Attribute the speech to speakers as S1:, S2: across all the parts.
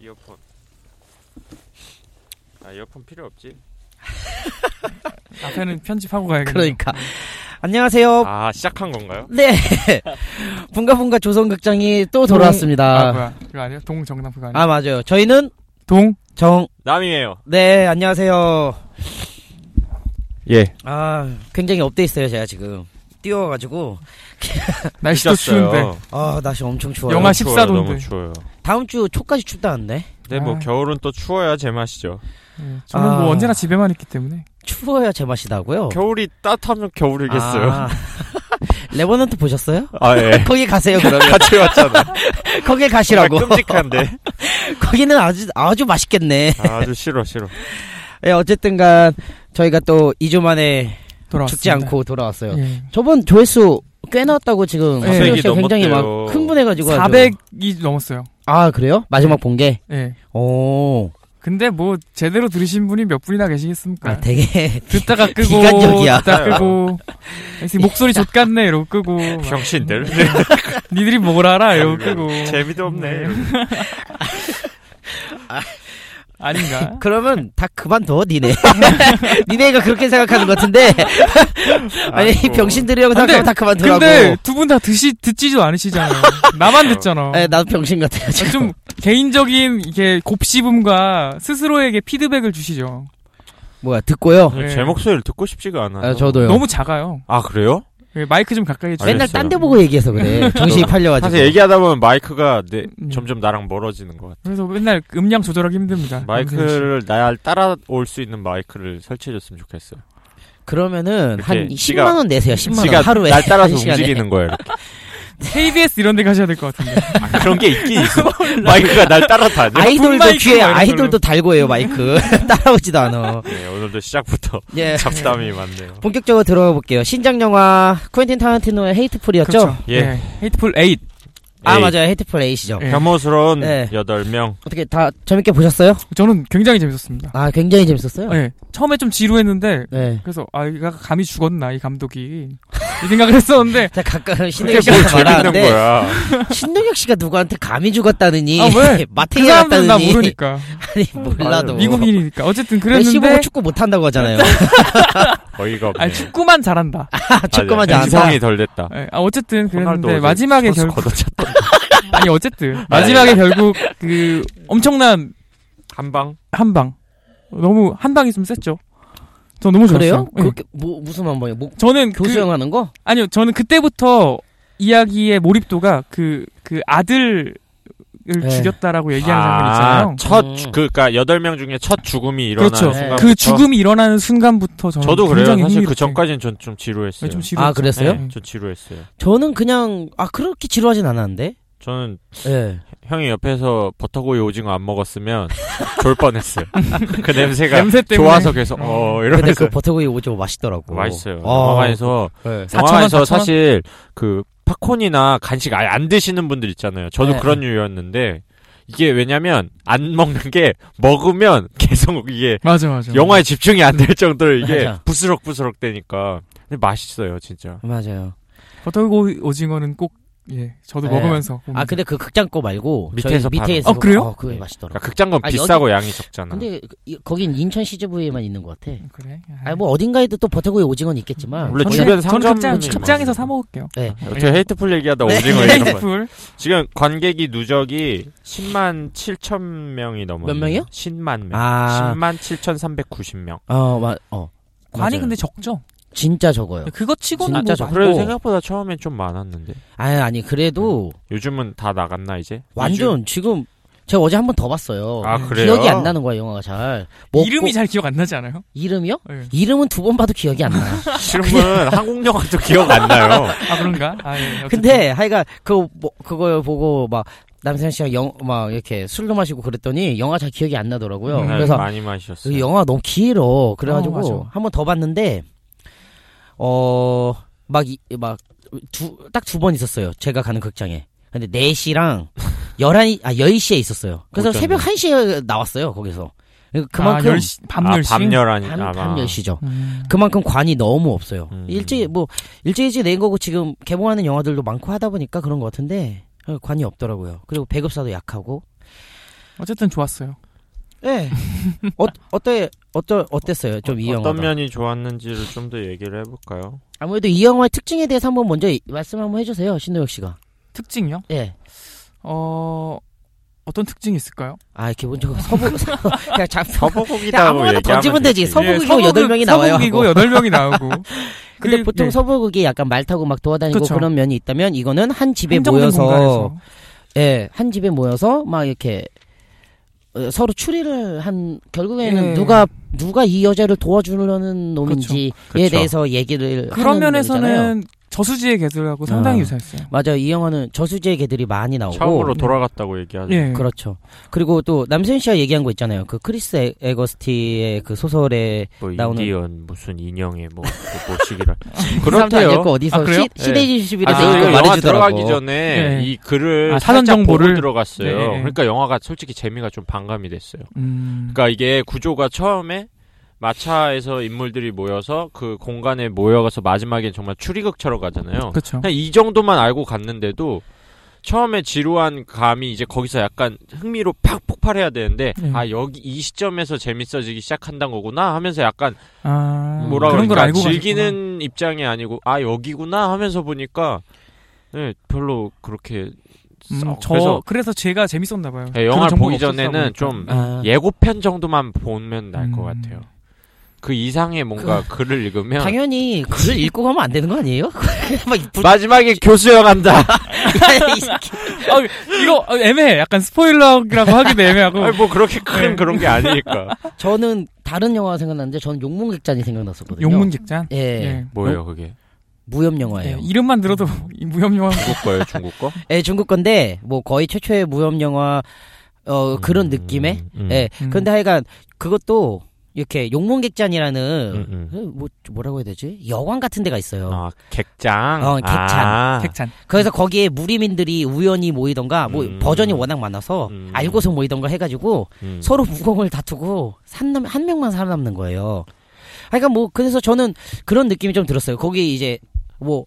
S1: 이어폰. 아 이어폰 필요 없지.
S2: 앞에는 편집하고 가야겠네.
S3: 그러니까 안녕하세요.
S1: 아 시작한 건가요?
S3: 네. 분가분가 조선극장이 또 돌아왔습니다.
S2: 아, 뭐야. 그거 아니에요? 동정남 그거 아니에요?
S3: 아 맞아요. 저희는
S2: 동?
S3: 정.
S1: 남이에요.
S3: 네 안녕하세요.
S1: 예.
S3: 아 굉장히 업돼 있어요 제가 지금 뛰어가지고
S2: 날씨도 추운데.
S3: 아 날씨 엄청 추워요.
S2: 영하
S1: 추워요,
S2: 14 도인데.
S1: 너무 추워요.
S3: 다음 주 초까지 춥다는데
S1: 근데 뭐
S2: 아.
S1: 겨울은 또 추워야 제맛이죠.
S2: 예, 저는
S3: 아.
S2: 뭐 언제나 집에만 있기 때문에.
S3: 추워야 제맛이다고요.
S1: 겨울이 따뜻하면 겨울이겠어요.
S3: 어. 아, 레버넌트 보셨어요?
S1: 아 예.
S3: 거기 가세요 그러면
S1: 같이 왔잖아.
S3: 거길 가시라고
S1: 정말 끔찍한데.
S3: 거기는 아주 아주 맛있겠네.
S1: 아, 아주 싫어 싫어.
S3: 예, 어쨌든간 저희가 또 2주 만에
S2: 돌아왔습니다.
S3: 죽지 않고 돌아왔어요.
S2: 예.
S3: 저번 조회수 꽤 나왔다고 지금
S2: 예.
S3: 박세호 씨가 굉장히 막
S1: 아, 넘었대요.
S3: 흥분해가지고 아주-
S2: 400이 넘었어요.
S3: 아 그래요? 마지막 본 게?
S2: 예.
S3: 오
S2: 근데 뭐 제대로 들으신 분이 몇 분이나 계시겠습니까?
S3: 아, 되게
S2: 듣다가 끄고
S3: 비관적이야.
S2: 듣다 끄고 목소리 좆같네 이러고 끄고 막,
S1: 병신들.
S2: 니들이 뭘 알아 이러고 끄고
S1: 재미도 없네.
S2: 아닌가?
S3: 그러면 다 그만둬 니네 니네가 그렇게 생각하는 것 같은데 아니
S1: 아이고.
S3: 병신들이라고
S2: 근데-
S3: 생각하면 다 그만두라고
S2: 근데 두 분 다 드시 듣지도 않으시잖아요. 나만 듣잖아.
S3: 예, 나도 병신 같아요 지금
S2: 좀 개인적인 이게 곱씹음과 스스로에게 피드백을 주시죠.
S3: 뭐야 듣고요?
S2: 네.
S1: 제 목소리를 듣고 싶지가 않아.
S3: 아, 저도요
S2: 너무 작아요.
S1: 아 그래요?
S2: 예, 마이크 좀 가까이 해주세요.
S3: 맨날
S1: 알겠어요. 음.
S3: 딴 데 보고 얘기해서 그래 정신이 팔려가지고
S1: 사실 얘기하다 보면 마이크가 내,
S2: 음.
S1: 점점 나랑 멀어지는 것 같아.
S2: 그래서 맨날 음량 조절하기 힘듭니다. 남세희 씨.
S1: 마이크를 날 따라올 수 있는 마이크를 설치해줬으면 좋겠어요.
S3: 그러면은 한
S1: 이렇게
S3: 10만 원 내세요 10만
S1: 지가
S3: 원 하루에
S1: 날 따라서
S3: 한 시간에.
S1: 움직이는 거예요. 이렇게.
S2: 네, KBS 이런 데 가셔야 될 것 같은데.
S1: 아, 그런 게 있긴 있어. 마이크가 날 따라다녀.
S3: 아이돌도
S2: 마이크
S1: 뭐
S3: 귀에
S2: 말고
S3: 아이돌도 달고 해요 마이크 따라오지도 않아
S1: 네, 오늘도 시작부터
S3: 예
S1: 잡담이 많네요.
S3: 본격적으로 들어가 볼게요 신작 영화 쿠엔틴 타란티노의 헤이트풀이었죠
S1: 예.
S2: 네. 헤이트풀 8.
S3: 아
S1: 에이,
S3: 맞아요 헤이트풀 A시죠
S1: 네.
S2: 예.
S1: 혐오스러운
S3: 예.
S1: 여덟 명
S3: 어떻게 다 재밌게 보셨어요
S2: 저는 굉장히 재밌었습니다.
S3: 아 굉장히 재밌었어요
S2: 예. 처음에 좀 지루했는데
S3: 네.
S2: 그래서 아 이가 감이 죽었나 이 감독이 이 생각을 했었는데
S3: 자 가까운 신동엽
S1: 그게 뭘
S3: 씨가
S1: 재밌는
S3: 말하는데
S1: 거야.
S3: 신동엽 씨가 누구한테 감히 죽었다느니
S2: 아, 왜? 그
S3: 마탱이
S2: 사람들은 나
S3: 같다느니
S2: 모르니까
S3: 아니 몰라도
S2: 미국인이니까 어쨌든
S3: 메시 보고
S2: 그랬는데
S3: 축구 못한다고 하잖아요
S1: 어이가 없네.
S2: 아니 축구만 잘한다.
S3: 아, 축구만
S1: 아,
S3: 잘한다
S1: 인성이 덜 됐다.
S2: 예, 아 어쨌든
S1: 호날두
S2: 그랬는데
S1: 어제
S2: 마지막에
S1: 선수
S2: 결국
S1: 걷어찼다.
S2: 아니 어쨌든
S1: 네.
S2: 마지막에 결국 그 엄청난
S1: 한 방.
S2: 한 방 너무 한 방이 좀 셌죠. 저 너무 좋았어요.
S3: 그래요
S2: 예.
S3: 그렇게 뭐 무슨 한 번이에요 뭐
S2: 저는 그-
S3: 교수형하는 거
S2: 아니요 저는 그때부터 이야기의 몰입도가 그 그 아들을
S3: 네.
S2: 죽였다라고 얘기하는 장면 있잖아요.
S1: 아, 첫,
S3: 음.
S1: 주- 그니까, 여덟 명 중에 첫 죽음이 일어나는
S2: 그렇죠.
S1: 순간.
S2: 그 죽음이 일어나는 순간부터 저는
S1: 저도 그래요.
S2: 굉장히
S1: 사실 그
S2: 흥미롭게-
S1: 전까지는 전 좀 지루했어요.
S2: 네, 좀 지루.
S3: 아 그랬어요
S1: 네, 좀 지루했어요.
S3: 저는 그냥 아 그렇게 지루하진 않았는데.
S1: 저는
S3: 예.
S1: 형이 옆에서 버터고이 오징어 안 먹었으면 졸 뻔했어요. 그 냄새가
S2: 냄새 때문에
S1: 좋아서 계속 어
S3: 근데
S1: 이러면서
S3: 그 버터구이 오징어 맛있더라고.
S1: 맛있어요.
S3: 아,
S1: 영화관에서
S3: 예.
S2: 사천 원,
S1: 영화관에서
S2: 사천 원?
S1: 사실 그 팝콘이나 간식 아예 안 드시는 분들 있잖아요. 저도
S3: 네.
S1: 그런 유였는데 이게 왜냐면 안 먹는 게 먹으면 계속 이게
S2: 맞아 맞아.
S1: 영화에 집중이 안 될 정도로 이게
S3: 맞아.
S1: 부스럭부스럭 되니까 근데 맛있어요 진짜.
S3: 맞아요.
S2: 버터고 오징어는 꼭 예, 저도
S3: 네.
S2: 먹으면서.
S3: 아 근데 그 극장 거 말고
S1: 밑에서
S3: 저희
S2: 파는 거.
S3: 밑에에서
S2: 아, 그래요?
S3: 어, 그게
S1: 네.
S3: 맛있더라고.
S1: 그러니까 극장건
S3: 아,
S1: 비싸고 양이 적잖아.
S3: 근데 그- 이- 거긴 인천 CGV에만 있는 것 같아.
S2: 그래.
S3: 아니 뭐 어딘가에도 또 버터구이 오징어는 있겠지만
S1: 원래
S2: 저는-
S3: 거기는-
S1: 주변
S2: 저는 극장,
S1: 상점이
S2: 극장에서
S1: 많아요.
S2: 사 먹을게요.
S3: 네.
S1: 어째 헤이트풀 얘기하다 오징어
S3: 네.
S1: 이런 거.
S2: 헤이트풀.
S1: 지금 관객이 누적이 10만 7천 명이 넘어요.
S3: 몇 명이요?
S1: 10만 명.
S3: 아.
S1: 10만 7,390명.
S3: 어, 마, 어.
S2: 관이
S3: 맞아요. 네.
S2: 근데 적죠.
S3: 진짜 적어요.
S2: 그거 치고는
S3: 진짜
S2: 뭐
S3: 적고.
S1: 그래도 생각보다 처음엔 좀 많았는데.
S3: 아니 아니 그래도
S1: 음. 요즘은 다 나갔나 이제? 요즘?
S3: 완전 지금 제가 어제 한 번 더 봤어요.
S1: 아, 그래요?
S3: 기억이 안 나는 거야 영화가 잘. 먹고-
S2: 음. 이름이 잘 기억 안 나지 않아요?
S3: 이름이요?
S2: 예.
S3: 이름은 두 번 봐도 기억이 안 나요.
S1: 지금은 한국 영화도 기억 안 나요. 네,
S2: 아 그런가? 아, 예, 어쨌든.
S3: 근데 하여간 그 뭐, 그걸 보고 막 남세현 씨랑 영 막 이렇게 술도 마시고 그랬더니 영화 잘 기억이 안 나더라고요.
S2: 음,
S1: 네,
S3: 그래서
S1: 많이 마셨어요.
S3: 그 영화 너무 길어.
S2: 아,
S3: 그래가지고
S2: 맞아.
S3: 한 번 더 봤는데 어, 어막막두딱 두 번 있었어요. 제가 가는 극장에. 근데 4시랑 11시 아 10시에 있었어요. 그래서
S1: 어쩌네.
S3: 새벽 1시에 나왔어요. 거기서. 그러니까
S2: 아,
S3: 그만큼
S2: 10시, 밤
S1: 아,
S2: 10시.
S1: 밤 11시.
S3: 밤,
S1: 아마.
S3: 밤 10시죠.
S2: 음.
S3: 그만큼 관이 너무 없어요.
S1: 음.
S3: 일찍 뭐 일찍 일찍 낸 거고 지금 개봉하는 영화들도 많고 하다 보니까 그런 것 같은데 어, 관이 없더라고요. 그리고 배급사도 약하고
S2: 어쨌든 좋았어요.
S3: 예. 어, 어때, 어떠, 어땠어요? 좀 이 영화.
S1: 어떤 면이 좋았는지를 좀 더 얘기를 해볼까요?
S3: 아무래도 이 영화의 특징에 대해서 한번 먼저 이- 말씀 한번 해주세요, 신동혁 씨가.
S2: 특징이요?
S3: 예.
S2: 어 어떤 특징이 있을까요?
S3: 아, 기본적으로 서부, 그냥 잡,
S1: 서보국이다고
S3: 아무거나
S1: 얘기하면
S3: 던지면 되지.
S1: 되지. 예,
S3: 서보국이고 네, 여덟 명이 나와요.
S2: 서북이고 여덟 명이 나오고.
S3: 근데
S2: 그리고-
S3: 보통
S2: 네.
S3: 서부극이 약간 말 타고 막 돌아다니고
S2: 그쵸.
S3: 그런 면이 있다면 이거는 한 집에
S2: 한정된
S3: 모여서
S2: 공간에서.
S3: 예, 한 집에 모여서 막 이렇게 어, 서로 추리를 한 결국에는
S2: 예.
S3: 누가 누가 이 여자를 도와주려는 놈인지에
S1: 그쵸.
S3: 대해서 얘기를
S2: 그런
S3: 하는 놈이잖아요.
S2: 면에서는 저수지의 개들하고 상당히
S3: 아.
S2: 유사했어요.
S3: 맞아요. 이 영화는 저수지의 개들이 많이 나오고 네.
S1: 처음으로 돌아갔다고 얘기하죠.
S2: 예.
S3: 그렇죠. 그리고 또 남세윤 씨가 얘기한 거 있잖아요. 그 크리스 에- 에거스티의 그 소설에
S1: 뭐
S3: 나오는-
S1: 인디언 무슨 인형의 뭐 모시기라
S3: 그 사람도 안
S1: 그렇대요.
S3: 읽고 어디서
S2: 아, 그래요?
S3: 시- 시대지
S1: 아,
S3: 집이라서
S1: 저
S3: 읽고
S1: 이거 영화 들어가기
S3: 말해주더라고.
S1: 전에
S2: 네.
S1: 이 글을
S2: 아, 사전
S1: 사전 정보를
S2: 정보를?
S1: 들어갔어요.
S2: 네.
S1: 그러니까 영화가 솔직히 재미가 좀 반감이 됐어요.
S2: 음.
S1: 그러니까 이게 구조가 처음에 마차에서 인물들이 모여서 그 공간에 모여가서 마지막엔 정말 추리극처럼 가잖아요.
S2: 그렇죠.
S3: 네.
S1: 그냥 이 정도만 알고 갔는데도 처음에 지루한 감이 이제 거기서 약간 흥미로 팍 폭발해야 되는데
S2: 네.
S1: 아 여기 이 시점에서 재밌어지기 시작한다는 거구나 하면서 약간
S2: 아,
S1: 뭐라
S2: 그런 걸
S1: 그러니까
S2: 알고 가셨구나.
S1: 즐기는 입장이 아니고 아 여기구나 하면서 보니까 예 별로 그렇게
S2: 음,
S1: 썩-
S2: 저 그래서,
S1: 그래서
S2: 제가 재밌었나 봐요.
S1: 예,
S2: 그런
S1: 영화를
S2: 정보가
S1: 보기
S2: 없었다
S1: 전에는
S2: 보니까.
S1: 좀
S3: 아,
S1: 예고편 정도만 보면 날 것
S2: 음.
S1: 같아요. 그 이상의 뭔가 글을 읽으면
S3: 당연히 글을 읽고 가면 안 되는 거 아니에요? 막 부-
S1: 마지막에 교수형 한다.
S3: 이 새끼.
S2: 이거 어, 애매해. 약간 스포일러라고 하기도
S3: 어.
S2: 애매하고.
S1: 아니, 뭐 그렇게 큰
S2: 네.
S1: 그런 게 아니니까.
S3: 저는 다른 영화가 생각났는데 저는 용문객잔이 생각났었거든요.
S2: 용문객잔.
S3: 예.
S2: 예.
S1: 뭐예요 그게?
S3: 무협 영화예요.
S2: 예, 이름만 들어도 이 무협 영화.
S1: 중국 거예요 중국 거?
S3: 예, 중국 건데 뭐 거의 최초의 무협 영화 어 그런
S1: 음,
S3: 느낌의
S1: 음,
S3: 예.
S2: 음.
S3: 그런데 하여간 그것도 이렇게 용문객잔이라는
S1: 음, 음.
S3: 뭐 뭐라고 해야 되지? 여관 같은 데가 있어요.
S1: 아 객장.
S3: 어, 객장.
S1: 아.
S2: 객찬.
S3: 그래서 거기에 무리민들이 우연히 모이던가 뭐
S1: 음.
S3: 버전이 워낙 많아서
S1: 음.
S3: 알고서 모이던가 해가지고
S1: 음.
S3: 서로 무공을 다투고 산남 한 명만 살아남는 거예요. 그러니까 뭐 그래서 저는 그런 느낌이 좀 들었어요. 거기 이제 뭐,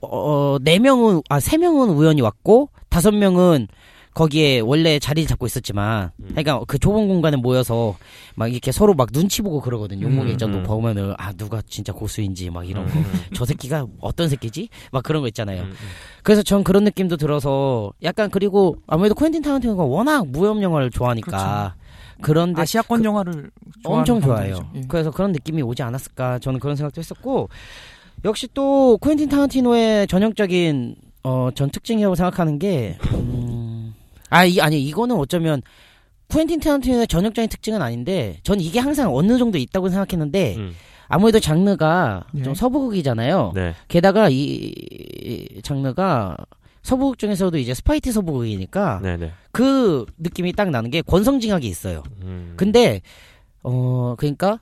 S3: 뭐어네 명은 아 세 명은 우연히 왔고 다섯 명은 거기에 원래 자리를 잡고 있었지만
S1: 음.
S3: 그러니까 그 좁은 공간에 모여서 막 이렇게 서로 막 눈치 보고 그러거든요.
S2: 음,
S3: 용목일전도
S1: 음.
S3: 보면은 아 누가 진짜 고수인지 막 이런
S1: 음,
S3: 저 새끼가 어떤 새끼지? 막 그런 거 있잖아요.
S1: 음, 음.
S3: 그래서 전 그런 느낌도 들어서 약간 그리고 아무래도 퀸틴 타란티노가 워낙 무협 영화를 좋아하니까 그런데
S2: 아시아권 영화를 좋아하는
S3: 엄청
S2: 감독이죠.
S3: 좋아해요.
S2: 예.
S3: 그래서 그런 느낌이 오지 않았을까 저는 그런 생각도 했었고 역시 또 퀸틴 타란티노의 전형적인 어 전 특징이라고 생각하는 게 음, 아, 이, 아니 이거는 어쩌면 퀸틴 타란티노의 전형적인 특징은 아닌데 전 이게 항상 어느 정도 있다고 생각했는데
S1: 음.
S3: 아무래도 장르가
S2: 예.
S3: 좀 서부극이잖아요.
S1: 네.
S3: 게다가 이, 이 장르가 서부극 중에서도 이제 스파이티 서부극이니까
S1: 네네.
S3: 그 느낌이 딱 나는 게 권성징악이 있어요.
S1: 음.
S3: 근데 어 그러니까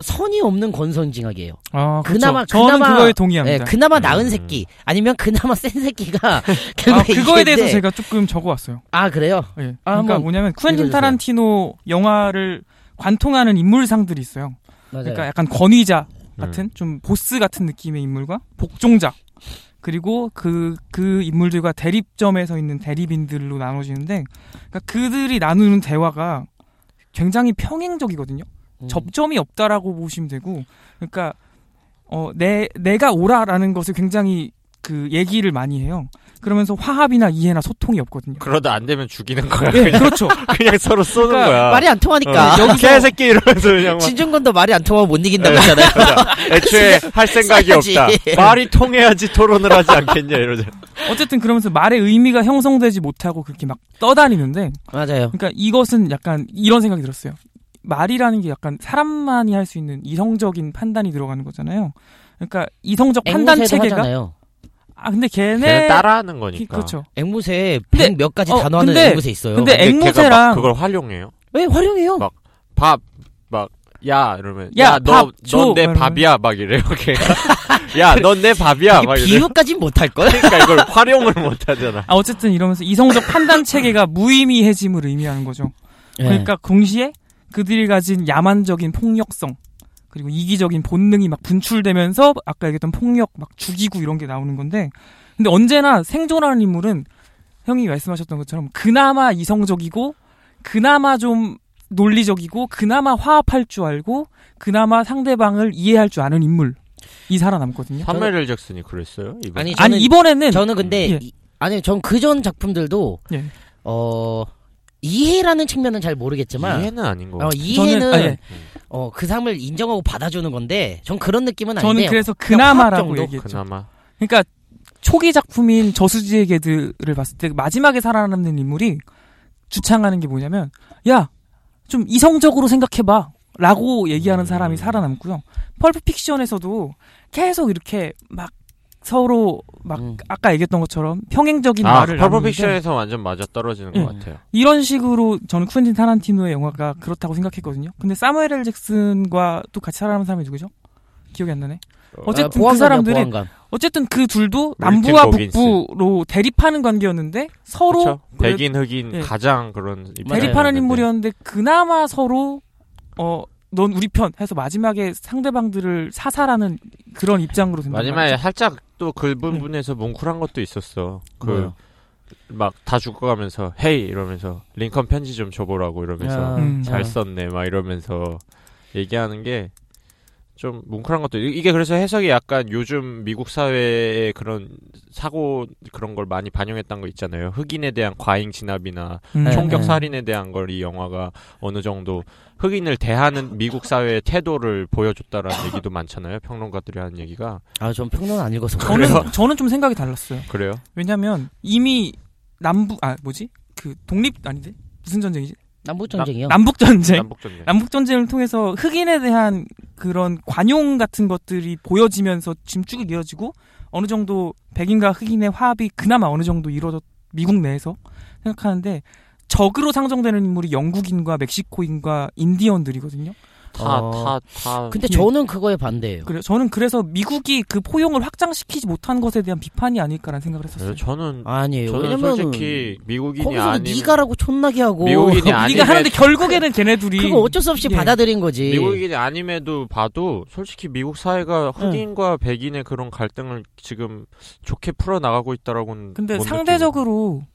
S3: 선이 없는 권성징악이에요.
S2: 아, 그렇죠.
S3: 그나마-
S2: 저는
S3: 그나마-
S2: 그거에
S3: 예,
S2: 동의합니다.
S3: 그나마
S1: 음.
S3: 나은 새끼 아니면 그나마 센 새끼가
S2: 아,
S3: 결국에
S2: 그거에
S3: 이겼는데-
S2: 대해서 제가 조금 적어왔어요.
S3: 아 그래요.
S2: 예.
S3: 아,
S2: 그러니까
S3: 한번
S2: 뭐냐면 쿠엔틴
S3: 읽어주세요.
S2: 타란티노 영화를 관통하는 인물상들이 있어요.
S3: 맞아요.
S2: 그러니까 약간 권위자
S1: 음.
S2: 같은 좀 보스 같은 느낌의 인물과 복종자 그리고 그 그 인물들과 대립점에 서 있는 대립인들로 나눠지는데 그러니까 그들이 나누는 대화가 굉장히 평행적이거든요.
S3: 음.
S2: 접점이 없다라고 보시면 되고 그러니까 어, 내 내가 오라라는 것을 굉장히 그 얘기를 많이 해요. 그러면서 화합이나 이해나 소통이 없거든요.
S1: 그러다 안 되면 죽이는 거야.
S2: 예,
S1: 그냥,
S2: 그렇죠.
S1: 그냥 서로 쏘는
S2: 그러니까
S1: 거야.
S3: 말이 안 통하니까
S1: 어, 개새끼 이러면서 그냥 막
S3: 진중권도 말이 안 통하면 못 이긴다고
S1: 네.
S3: 했잖아요.
S1: 애초에 할 생각이
S3: 써야지.
S1: 없다. 말이 통해야지 토론을 하지 않겠냐 이러자.
S2: 어쨌든 그러면서 말의 의미가 형성되지 못하고 그렇게 막 떠다니는데
S3: 맞아요.
S2: 그러니까 이것은 약간 이런 생각이 들었어요. 말이라는 게 약간 사람만이 할 수 있는 이성적인 판단이 들어가는 거잖아요. 그러니까 이성적 판단
S3: 앵무새도
S2: 체계가
S3: 하잖아요.
S2: 아 근데 걔네
S1: 걔는 따라하는 거니까.
S2: 그렇죠.
S3: 앵무새
S2: 근데-
S3: 100몇 가지
S2: 어,
S3: 단어하는
S2: 근데-
S3: 앵무새 있어요.
S2: 근데
S1: 근데 걔가 막
S2: 앵무새랑-
S1: 그걸 활용해요.
S3: 왜 활용해요?
S1: 막- 밥, 막, 야, 이러면.
S2: 야,
S1: 야, 너,
S2: 밥 줘.
S1: 넌 내
S2: 이러면.
S1: 밥이야. 막 이래요, 걔가. 야, 넌 내 밥이야. 아, 막 이래요.
S3: 비유까진 못할 걸.
S1: 그러니까 이걸 활용을 못 하잖아.
S2: 아 어쨌든 이러면서 이성적 판단 체계가 무의미해짐을 의미하는 거죠.
S3: 예. 네.
S2: 그러니까 동시에 그들이 가진 야만적인 폭력성 그리고 이기적인 본능이 막 분출되면서 아까 얘기했던 폭력 막 죽이고 이런 게 나오는 건데 근데 언제나 생존하는 인물은 형이 말씀하셨던 것처럼 그나마 이성적이고 그나마 좀 논리적이고 그나마 화합할 줄 알고 그나마 상대방을 이해할 줄 아는 인물이 살아남거든요.
S1: 사무엘 잭슨이 그랬어요? 이번
S3: 아니, 저는-
S2: 아니 이번에는
S3: 저는 근데
S2: 예.
S3: 이- 아니 전 그전 작품들도
S2: 예.
S3: 어 이해라는 측면은 잘 모르겠지만
S1: 이해는 아닌 거
S3: 어,
S1: 같아요.
S3: 이해는
S2: 아, 예.
S3: 어, 그 삶을 인정하고 받아주는 건데 전 그런 느낌은
S2: 저는
S3: 아닌데
S2: 그래서
S3: 그냥
S2: 그나마라고
S3: 화합 정도?
S2: 얘기했죠.
S1: 그나마
S2: 그러니까 초기 작품인 저수지의 개들을 봤을 때 마지막에 살아남는 인물이 주창하는 게 뭐냐면 야 좀 이성적으로 생각해봐 라고 얘기하는
S1: 음.
S2: 사람이 살아남고요 펄프 픽션에서도 계속 이렇게 막 서로 막
S3: 음.
S2: 아까 얘기했던 것처럼 평행적인
S1: 아
S2: 말을 나누는데
S1: 퍼블픽션에서 완전 맞아 떨어지는
S2: 예.
S1: 것 같아요.
S2: 이런 식으로 저는 쿠엔틴 타란티노의 영화가 그렇다고 생각했거든요 근데 사무엘 엘 잭슨과 또 같이 살아남은 사람이 누구죠? 기억이 안 나네
S3: 아,
S2: 어쨌든 그
S3: 보안관이야,
S2: 사람들은
S3: 보안관.
S2: 어쨌든 그 둘도
S1: 밀팅
S2: 남부와
S1: 거긴스.
S2: 북부로 대립하는 관계였는데 서로
S1: 그쵸? 백인 흑인
S2: 예.
S1: 가장 그런 입장이
S2: 대립하는
S1: 있는데.
S2: 인물이었는데 그나마 서로 어 넌 우리 편 해서 마지막에 상대방들을 사살하는 그런 입장으로 된단
S1: 마지막에
S2: 말이죠. 네.
S1: 살짝 또 그 부분에서 뭉클한 것도 있었어.
S3: 뭐요?
S1: 그 막 다 죽어가면서 헤이 이러면서 링컨 편지 좀 줘보라고 이러면서
S3: 아,
S2: 음.
S1: 잘
S3: 아.
S1: 썼네 막 이러면서 얘기하는 게 좀 뭉클한 것도 이- 이게 그래서 해석이 약간 요즘 미국 사회의 그런 사고 그런 걸 많이 반영했던 거 있잖아요 흑인에 대한 과잉 진압이나
S2: 음.
S1: 총격
S3: 네.
S1: 살인에 대한 걸 이 영화가 어느 정도 흑인을 대하는 미국 사회의 태도를 보여줬다라는 얘기도 많잖아요 평론가들이 하는 얘기가
S3: 아, 전 평론 안 읽어서 그래요.
S2: 저는 저는 좀 생각이 달랐어요.
S1: 그래요
S2: 왜냐면 이미 남부 아 뭐지 그 독립 아닌데 무슨 전쟁이지?
S3: 남북 전쟁이요.
S2: 남북 전쟁.
S1: 남북전쟁
S2: 네? 남북 전쟁을 통해서 흑인에 대한 그런 관용 같은 것들이 보여지면서 지금 쭉 이어지고 어느 정도 백인과 흑인의 화합이 그나마 어느 정도 이루어졌 미국 내에서 생각하는데 적으로 상정되는 인물이 영국인과 멕시코인과 인디언들이거든요.
S1: 다
S3: 어.
S1: 다다
S3: 근데
S2: 예.
S3: 저는 그거에 반대예요.
S2: 그래 저는 그래서 미국이 그 포용을 확장시키지 못한 것에 대한 비판이 아닐까라는 생각을 했었어요.
S1: 네,
S3: 그렇죠.
S1: 저는
S3: 아니에요. 예,
S1: 저는
S3: 왜냐면
S1: 솔직히 미국인이
S3: 거기서
S1: 아니
S3: 네가라고 촌나게 하고
S1: 미국인이 아니
S2: 우리가 하는데 결국에는 걔네 둘이
S3: 그 그거 어쩔 수 없이
S2: 예.
S3: 받아들인 거지.
S1: 미국인이 아님에도 봐도 솔직히 미국 사회가 흑인과 백인의 그런 갈등을 지금 좋게 풀어 나가고 있다라고는
S2: 근데
S1: 못
S2: 상대적으로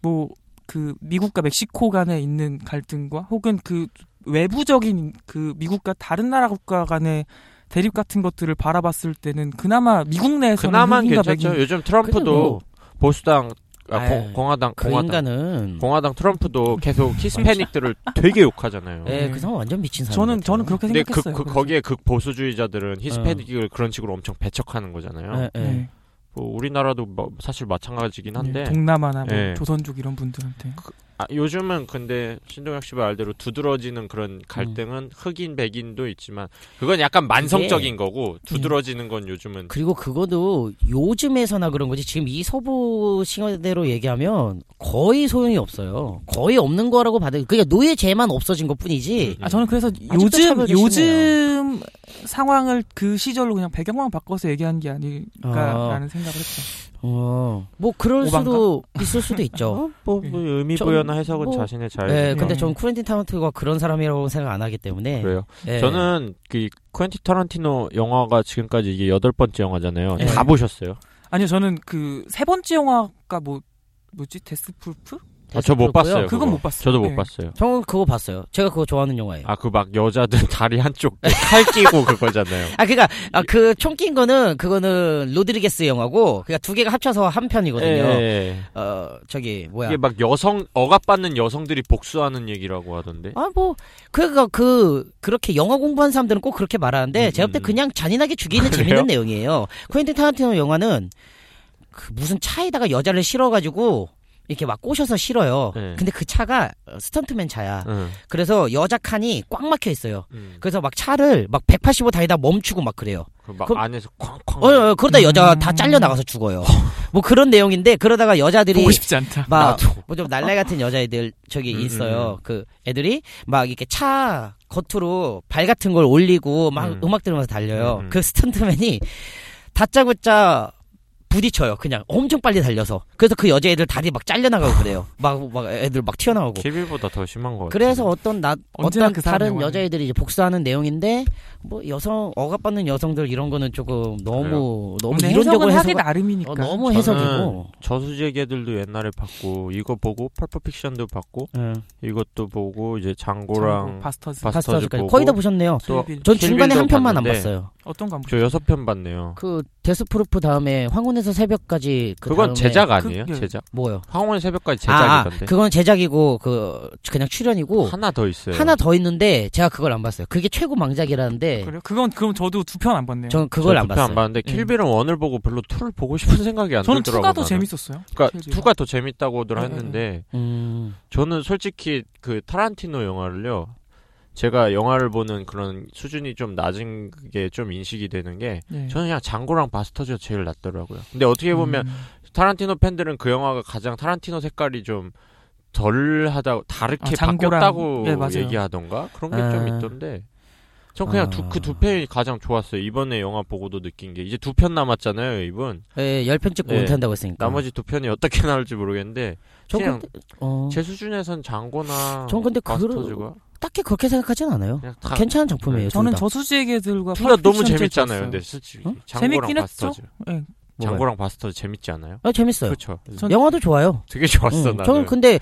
S2: 뭐 그 미국과 멕시코 간에 있는 갈등과 혹은 그 외부적인 그 미국과 다른 나라 국가 간의 대립 같은 것들을 바라봤을 때는 그나마 미국
S1: 느끼고.
S2: 내에서는
S1: 그나마는
S2: 흑인과
S1: 괜찮죠.
S2: 백인-
S1: 요즘 트럼프도
S3: 그래도-
S1: 보수당 아,
S3: 아이,
S1: 공- 공화당
S3: 그
S1: 공화당
S3: 인간은
S1: 공화당 트럼프도 계속 히스패닉들을 되게 욕하잖아요.
S3: 예, 그 사람 완전 미친 사람.
S2: 저는
S3: 같아요.
S2: 저는 네, 그렇게
S1: 근데 그,
S2: 생각했어요.
S1: 그
S2: 그래서. 어.
S1: 거기에 극 보수주의자들은 히스패닉을 그런 식으로 엄청 배척하는 거잖아요.
S3: 예, 예.
S2: 네.
S1: 뭐 우리나라도 뭐 사실 마찬가지긴 한데
S2: 네, 동남아나 뭐
S1: 예.
S2: 조선족 이런 분들한테
S1: 아, 요즘은 근데 신동엽 씨 말대로 두드러지는 그런
S2: 음.
S1: 갈등은 흑인 백인도 있지만 그건 약간 만성적인
S2: 예.
S1: 거고 두드러지는 건 요즘은
S3: 그리고 그거도 요즘에서나 그런 거지 지금 이 서부 시대로 얘기하면 거의 소용이 없어요. 거의 없는 거라고 받을 그러니까 노예제만 없어진 것뿐이지.
S1: 음.
S2: 아 저는 그래서
S3: 아직도
S2: 요즘
S3: 차별이
S2: 요즘 상황을 그 시절로 그냥 배경만 바꿔서 얘기한 게 아닐까라는 생각을 했죠.
S3: 어. 뭐 그럴
S2: 오반가?
S3: 수도 있을 수도 있죠.
S1: 뭐,
S2: 예.
S1: 뭐 의미
S3: 전-
S1: 부여나 해석은
S3: 뭐-
S1: 자신의
S3: 예.
S1: 자유니까
S3: 근데
S2: 음.
S3: 전 쿠렌틴 타운트가 그런 사람이라고 생각 안 하기 때문에.
S1: 네. 그래요.
S2: 네.
S3: 예.
S1: 저는 그 쿠엔티 타란티노 영화가 지금까지 이게 여덟 번째 영화잖아요.
S2: 네.
S3: 예.
S1: 다 보셨어요?
S2: 아니요 저는 그 세 번째 영화가 뭐 뭐지 데스프루프
S1: 아, 저 못
S3: 그렇고요.
S1: 봤어요.
S2: 그건
S1: 그거.
S2: 못 봤어요.
S1: 저도 못
S2: 예.
S1: 봤어요.
S3: 저는 그거 봤어요. 제가 그거 좋아하는 영화예요. 아,
S1: 아 그 막 여자들 다리 한쪽
S3: 네.
S1: 칼 끼고 그거잖아요.
S3: 그니까, 아, 그, 총 낀 거는, 그거는, 로드리게스 영화고, 그니까 두 개가 합쳐서 한 편이거든요.
S1: 예.
S3: 어, 저기, 뭐야.
S1: 이게 막 여성 억압받는 여성들이 복수하는 얘기라고 하던데.
S3: 아, 뭐, 그니까, 그, 그렇게 영어 공부한 사람들은 꼭 그렇게 말하는데,
S1: 음,
S3: 제가 볼 때
S1: 음.
S3: 그냥 잔인하게 죽이는
S1: 그래요?
S3: 재밌는 내용이에요. 쿠엔틴 타란티노 영화는, 그 무슨 차에다가 여자를 실어가지고, 이렇게 막 꼬셔서 실어요.
S1: 네.
S3: 근데 그 차가 어, 스턴트맨 차야.
S1: 응.
S3: 그래서 여자 칸이 꽉 막혀 있어요.
S1: 음.
S3: 그래서 막 차를 막 185 다니다 멈추고 막 그래요.
S1: 그 막
S3: 그럼-
S1: 안에서 쾅쾅.
S3: 어, 어, 그러다 여자
S2: 음.
S3: 다 잘려 나가서 죽어요. 뭐 그런 내용인데 그러다가 여자들이
S2: 보고 싶지 않다.
S3: 막
S1: 나도.
S3: 뭐 좀 날래 같은 여자애들 저기
S1: 음,
S3: 있어요. 그 애들이 막 이렇게 차 겉으로 발 같은 걸 올리고 막
S1: 음.
S3: 음. 악 들으면서 달려요.
S1: 음, 음.
S3: 그 스턴트맨이 다짜고짜 부딪혀요. 그냥 엄청 빨리 달려서. 그래서 그 여자애들 다리 막 잘려나가고 그래요. 막, 막 애들 막 튀어나오고.
S1: 킬빌보다 더 심한 거 같아요.
S3: 그래서 어떤 나
S2: 언제나
S3: 어떤
S2: 그 사람
S3: 다른
S2: 영화는.
S3: 여자애들이 이제 복수하는 내용인데 뭐 여성 억압받는 여성들 이런 거는 조금 너무 너무
S2: 근데
S3: 이론적으로
S2: 해석은 하기
S3: 해석을-
S2: 나름이니까.
S3: 어, 너무
S1: 저는-
S3: 해석이고.
S1: 저수지 개들도 옛날에 봤고 이거 보고 펄프픽션도 봤고
S3: 응.
S1: 이것도 보고 이제
S2: 참고
S1: 장고랑
S2: 뭐 바스터즈. 뭐
S1: 바스-
S3: 파스터즈까지
S1: 보고.
S3: 거의 다 보셨네요.
S1: 또
S2: 킬빌.
S3: 전 중간에
S1: 킬빌도
S3: 한 편만 안
S1: 봤는데
S3: 봤어요.
S2: 어떤 거 안 보죠?
S1: 저 여섯 편 봤네요.
S3: 그 데스프루프 다음에 황혼에서 새벽까지 그
S1: 그, 건
S3: 다음에
S1: 제작 아니에요?
S2: 그게-
S1: 제작.
S3: 뭐요?
S1: 황혼 새벽까지
S3: 아,
S1: 제작이던데.
S3: 아, 그건 제작이고 그 그냥 출연이고
S1: 하나 더 있어요.
S3: 하나 더 있는데 제가 그걸 안 봤어요. 그게 최고 망작이라는데
S2: 네, 그래요? 그건 그럼 저도 두 편 안 봤네요. 예.
S3: 저는 그걸
S1: 아, 저
S3: 안
S1: 두편안
S3: 봤어요.
S1: 봤는데 킬빌은 원을 보고 별로 투를 보고 싶은 생각이 안
S2: 저는
S1: 들더라고요.
S2: 투가 더
S1: 나는.
S2: 재밌었어요. 네,
S1: 그러니까
S2: 실제로.
S1: 투가 더 재밌다고들
S2: 응,
S1: 했는데
S3: 음,
S1: 저는 솔직히 그 타란티노 영화를요. 제가 영화를 보는 그런 수준이 좀 낮은 게 좀 인식이 되는 게
S2: 예.
S1: 저는 그냥 장고랑 바스터즈가 제일 낫더라고요. 근데 어떻게 보면
S2: 음.
S1: 타란티노 팬들은 그 영화가 가장 타란티노 색깔이 좀 덜하다고 다르게
S2: 아, 장고랑-
S1: 바뀌었다고
S2: 네, 맞아요.
S1: 얘기하던가 그런 게 좀
S3: 아.
S1: 있던데 전 그냥
S3: 아.
S1: 그 두 편이 가장 좋았어요 이번에 영화 보고도 느낀 게 이제 두 편 남았잖아요 이분
S3: 예, 열편 찍고
S1: 네.
S3: 은퇴한다고 했으니까.
S1: 나머지 두 편이 어떻게 나올지 모르겠는데
S3: 저
S1: 그냥
S3: 근데, 어,
S1: 제 수준에선 장고나
S3: 전 근데 그거를-
S1: 바스터즈가
S3: 딱히 그렇게 생각하진 않아요.
S1: 그냥 다 네,
S3: 괜찮은 작품이에요.
S2: 저는
S3: 둘 다.
S2: 저수지의 개들과 뭐
S1: 둘 다 너무
S2: 아, 펄픽션 제일
S1: 재밌잖아요
S2: 좋았어요.
S1: 근데 솔직히
S3: 어?
S1: 장고랑
S2: 재밌긴 했죠?
S1: 바스터즈
S2: 예.
S3: 뭐가요?
S1: 장고랑 바스터즈 재밌지 않아요?
S3: 아, 재밌어요.
S1: 그렇죠
S2: 전-
S3: 영화도 좋아요.
S1: 되게 좋았어
S3: 음,
S1: 나는
S3: 저는 근데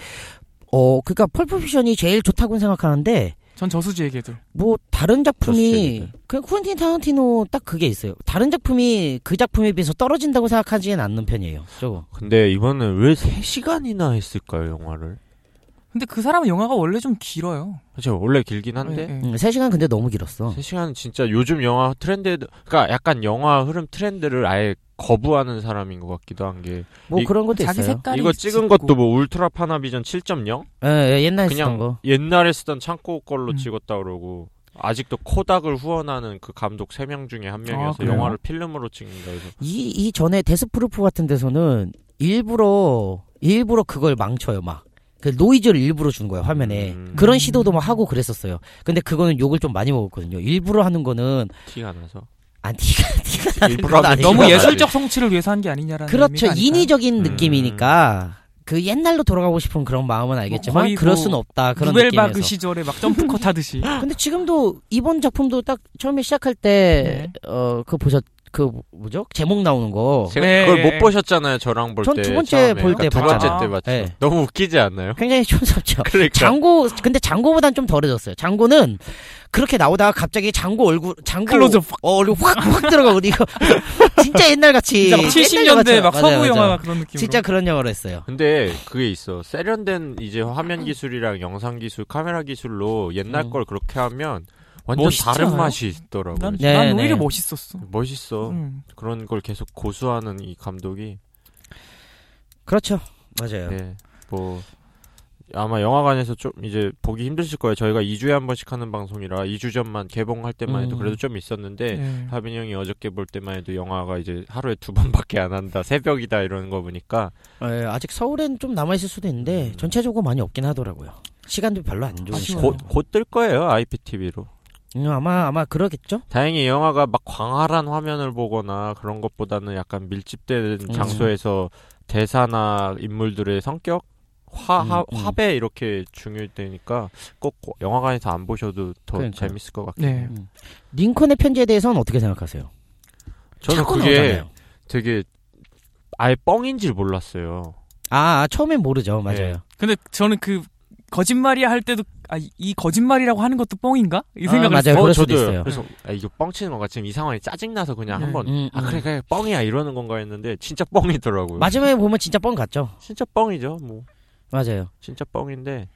S3: 어, 그러니까 펄프피션이 제일 좋다고 생각하는데
S2: 전 저수지의 개들.
S3: 뭐 다른 작품이
S1: 그렇습니다.
S3: 그냥 쿠엔틴 타란티노 딱 그게 있어요. 다른 작품이 그 작품에 비해서 떨어진다고 생각하지는 않는 편이에요. 저
S1: 근데 이번엔 왜 3시간이나 했을까요 영화를
S2: 근데 그 사람은 영화가 원래 좀 길어요.
S1: 그렇죠 원래 길긴 한데
S2: 예, 예.
S3: 음, 3시간 근데 너무 길었어.
S1: 3시간은 진짜 요즘 영화 트렌드 그러니까 약간 영화 흐름 트렌드를 아예 거부하는 사람인 것 같기도 한 게
S3: 뭐
S1: 이-
S3: 그런 것도
S2: 자기
S3: 있어요.
S2: 색깔이
S1: 이거 찍은
S2: 짙고.
S1: 것도 뭐 울트라 파나비전 7.0
S3: 예, 예, 옛날에 쓰던
S1: 그냥
S3: 거.
S1: 옛날에 쓰던 창고 걸로
S2: 음.
S1: 찍었다 그러고 아직도 코닥을 후원하는 그 감독 3명 중에 한 명이어서
S2: 아, 그래요?
S1: 영화를 필름으로 찍는다 해서
S3: 이, 이 전에 데스프루프 같은 데서는 일부러, 일부러 그걸 망쳐요, 막. 그 노이즈를 일부러 준 거야, 화면에.
S1: 음.
S3: 그런 시도도 막 하고 그랬었어요. 근데 그거는 욕을 좀 많이 먹었거든요. 일부러 하는 거는,
S1: 티가 나서
S3: 아, 니가, 니가. 다른
S1: 일부러
S3: 건
S1: 하는
S3: 아니야.
S1: 이건
S2: 너무
S1: 아니지.
S2: 예술적 성취를 위해서 한 게 아니냐라는
S3: 그렇죠.
S2: 의미가 아닐까요?
S3: 인위적인
S1: 음.
S3: 느낌이니까. 그 옛날로 돌아가고 싶은 그런 마음은 알겠지만,
S2: 거의 뭐
S3: 그럴 순 없다. 아, 그런
S2: 누벨바그
S3: 느낌에서. 뭐,
S2: 시절에 막 점프컷 하듯이
S3: 근데 지금도 이번 작품도 딱 처음에 시작할 때, 어, 그 보셨, 그 뭐죠? 제목 나오는 거.
S1: 제가
S2: 네,
S1: 그걸
S2: 예, 예.
S1: 못 보셨잖아요 저랑 볼
S3: 전
S1: 때
S3: 두 번째
S1: 처음에. 그러니까
S3: 볼때
S1: 두 번째
S2: 봤잖아요.
S1: 때 봤죠
S3: 네.
S1: 너무 웃기지 않나요?
S3: 굉장히 촌스럽죠.
S1: 그러니까
S3: 장고 근데 장고보단 좀 덜해졌어요. 장고는 그렇게 나오다가 갑자기 장고 얼굴 장고
S2: 클로즈업
S3: 어, 얼굴 확확 들어가고 이거 진짜 옛날 같이
S2: 진짜 막 70년대 막 서부 영화 그런 느낌으로
S3: 진짜 그런 영화로 했어요.
S1: 근데 그게 있어 세련된 이제
S2: 음.
S1: 화면 기술이랑 영상 기술, 카메라 기술로 옛날
S3: 음.
S1: 걸 그렇게 하면 완전
S2: 멋있지
S1: 다른
S2: 않아요?
S1: 맛이 있더라고.
S2: 난,
S1: 요
S3: 네,
S2: 난
S3: 네.
S2: 오히려 멋있었어
S1: 멋있어.
S2: 음.
S1: 그런 걸 계속 고수하는 이 감독이
S3: 그렇죠. 맞아요.
S1: 네. 뭐 아마 영화관에서 좀 이제 보기 힘드실 거예요. 저희가 2주에 한 번씩 하는 방송이라 2주 전만 개봉할 때만 해도
S3: 음.
S1: 그래도 좀 있었는데
S2: 예.
S1: 하빈이 형이 어저께 볼 때만 해도 영화가 이제 하루에 두 번밖에 안 한다. 새벽이다 이러는 거 보니까
S3: 예, 아직 서울엔 좀 남아 있을 수도 있는데
S1: 음.
S3: 전체적으로 많이 없긴 하더라고요. 시간도 별로 안 좋은
S2: 아쉬워요.
S3: 시간.
S1: 곧 곧 뜰 거예요. IPTV로.
S3: 음, 아마 아마 그러겠죠.
S1: 다행히 이 영화가 막 광활한 화면을 보거나 그런 것보다는 약간 밀집된
S3: 음.
S1: 장소에서 대사나 인물들의 성격, 화, 화
S3: 음, 음.
S1: 합에 이렇게 중요되니까 꼭 영화관에서 안 보셔도 더
S3: 그러니까요.
S1: 재밌을 것 같긴
S2: 네.
S3: 음.
S1: 해요.
S3: 링컨의 편지에 대해서는 어떻게 생각하세요?
S1: 저는
S3: 자꾸
S1: 그게
S3: 나오잖아요.
S1: 되게 아예 뻥인 줄 몰랐어요.
S3: 아, 아, 처음엔 모르죠. 맞아요.
S1: 네.
S2: 근데 저는 그 거짓말이야 할 때도 아, 이- 이 거짓말이라고 하는 것도 뻥인가? 이 생각을
S3: 아,
S2: 했어요.
S3: 맞아요. 그럴 수도
S1: 저도요.
S3: 있어요.
S1: 그래서 아, 이거 뻥치는 건가? 지금 이 상황이 짜증나서 그냥
S2: 네.
S1: 한번
S3: 음,
S1: 아
S3: 음.
S1: 그래 그래 뻥이야 이러는 건가 했는데 진짜 뻥이더라고요.
S3: 마지막에 보면 진짜 뻥 같죠.
S1: 진짜 뻥이죠. 뭐
S3: 맞아요.
S1: 진짜 뻥인데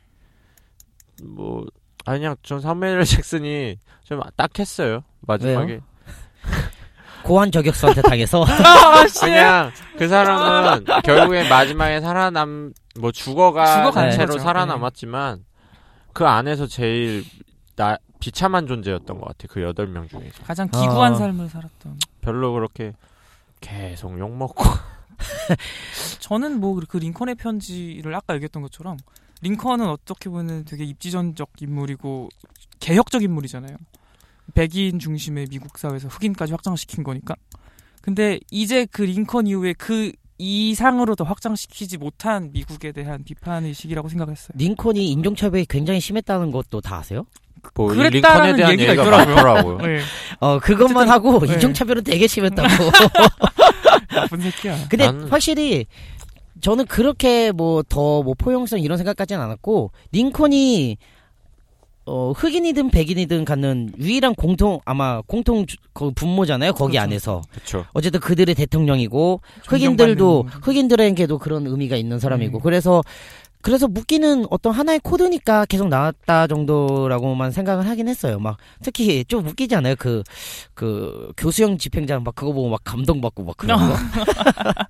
S1: 뭐 아니 그냥 전 사무엘 잭슨이 좀 딱했어요 마지막에
S3: 고환 저격수한테 당해서
S2: 아, 씨.
S1: 그냥 그 사람은 결국에 마지막에 살아남 뭐 죽어가
S2: 죽어간
S1: 채로
S2: 거죠.
S1: 살아남았지만 그 안에서 제일 나 비참한 존재였던 것 같아 그 여덟 명 중에서
S2: 가장 기구한
S3: 아.
S2: 삶을 살았던
S1: 별로 그렇게 계속 욕 먹고
S2: 저는 뭐 그 링컨의 편지를 아까 얘기했던 것처럼 링컨은 어떻게 보면 되게 입지전적 인물이고 개혁적 인물이잖아요. 백인 중심의 미국 사회에서 흑인까지 확장시킨 거니까. 근데 이제 그 링컨 이후에 그 이상으로 더 확장시키지 못한 미국에 대한 비판 의식이라고 생각했어요.
S3: 링컨이 인종차별이 굉장히 심했다는 것도 다 아세요?
S1: 뭐
S2: 그랬다라는
S1: 링컨에 대한
S2: 얘기가
S1: 얘기가
S2: 있더라고요.
S1: 많더라고요.
S2: 네,
S3: 어 그것만
S2: 어쨌든,
S3: 하고
S2: 네.
S3: 인종차별은 되게 심했다고.
S2: 나쁜 새끼야.
S3: 근데
S1: 나는-
S3: 확실히 저는 그렇게 뭐 더 뭐 포용성 이런 생각까지는 않았고 링컨이 어 흑인이든 백인이든 갖는 유일한 공통 아마 공통 주- 그 분모잖아요 거기
S2: 그렇죠.
S3: 안에서
S1: 그렇죠.
S3: 어쨌든 그들의 대통령이고 흑인들도
S2: 존경받는
S3: 흑인들에게도 그런 의미가 있는 사람이고
S2: 음.
S3: 그래서 그래서 묶기는 어떤 하나의 코드니까 계속 나왔다 정도라고만 생각을 하긴 했어요. 막 특히 좀 웃기지 않아요? 그 그 교수형 집행자 막 그거 보고 막 감동받고 막
S2: 아.
S3: 그런 거.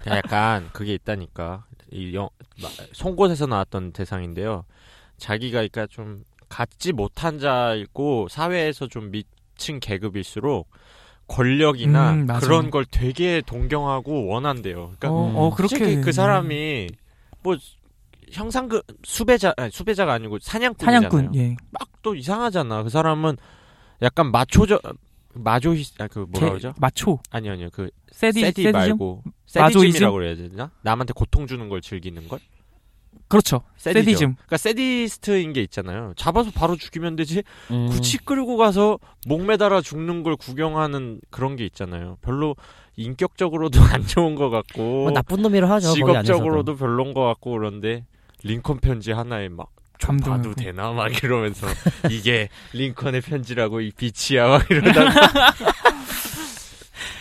S1: 약간 그게 있다니까. 이 영, 마- 송곳에서 나왔던 대상인데요. 자기가 그러니까 좀 갖지 못한 자이고 사회에서 좀 미친 계급일수록 권력이나
S2: 음, 맞아.
S1: 그런 걸 되게 동경하고 원한대요. 그러니까
S2: 어, 어, 그렇게
S1: 솔직히 그 사람이 뭐 형상급 수배자 아니, 수배자가 아니고 사냥꾼이잖아요.
S2: 사냥꾼. 예.
S1: 막 또 이상하잖아. 그 사람은 약간 마초저 마조히 아그 뭐라
S2: 개-
S1: 그러죠?
S2: 마초.
S1: 아니요 아니요 그
S2: 세디
S1: 세디,
S2: 세디즘?
S1: 말고
S2: 마조이즘?
S1: 세디즘이라고 그래야 되나? 남한테 고통 주는 걸 즐기는 걸?
S2: 그렇죠.
S1: 세디죠.
S2: 세디즘.
S1: 그러니까 세디스트인 게 있잖아요. 잡아서 바로 죽이면 되지.
S3: 음.
S1: 굳이 끌고 가서 목 매달아 죽는 걸 구경하는 그런 게 있잖아요. 별로 인격적으로도 안 좋은 것 같고
S3: 뭐 나쁜 놈이라 하죠. 거기 안에서도.
S1: 직업적으로도 별론 것 같고 그런데 링컨 편지 하나에 막 좀
S2: 감동하고.
S1: 봐도 되나 막 이러면서 이게 링컨의 편지라고 이 비치야 막 이러다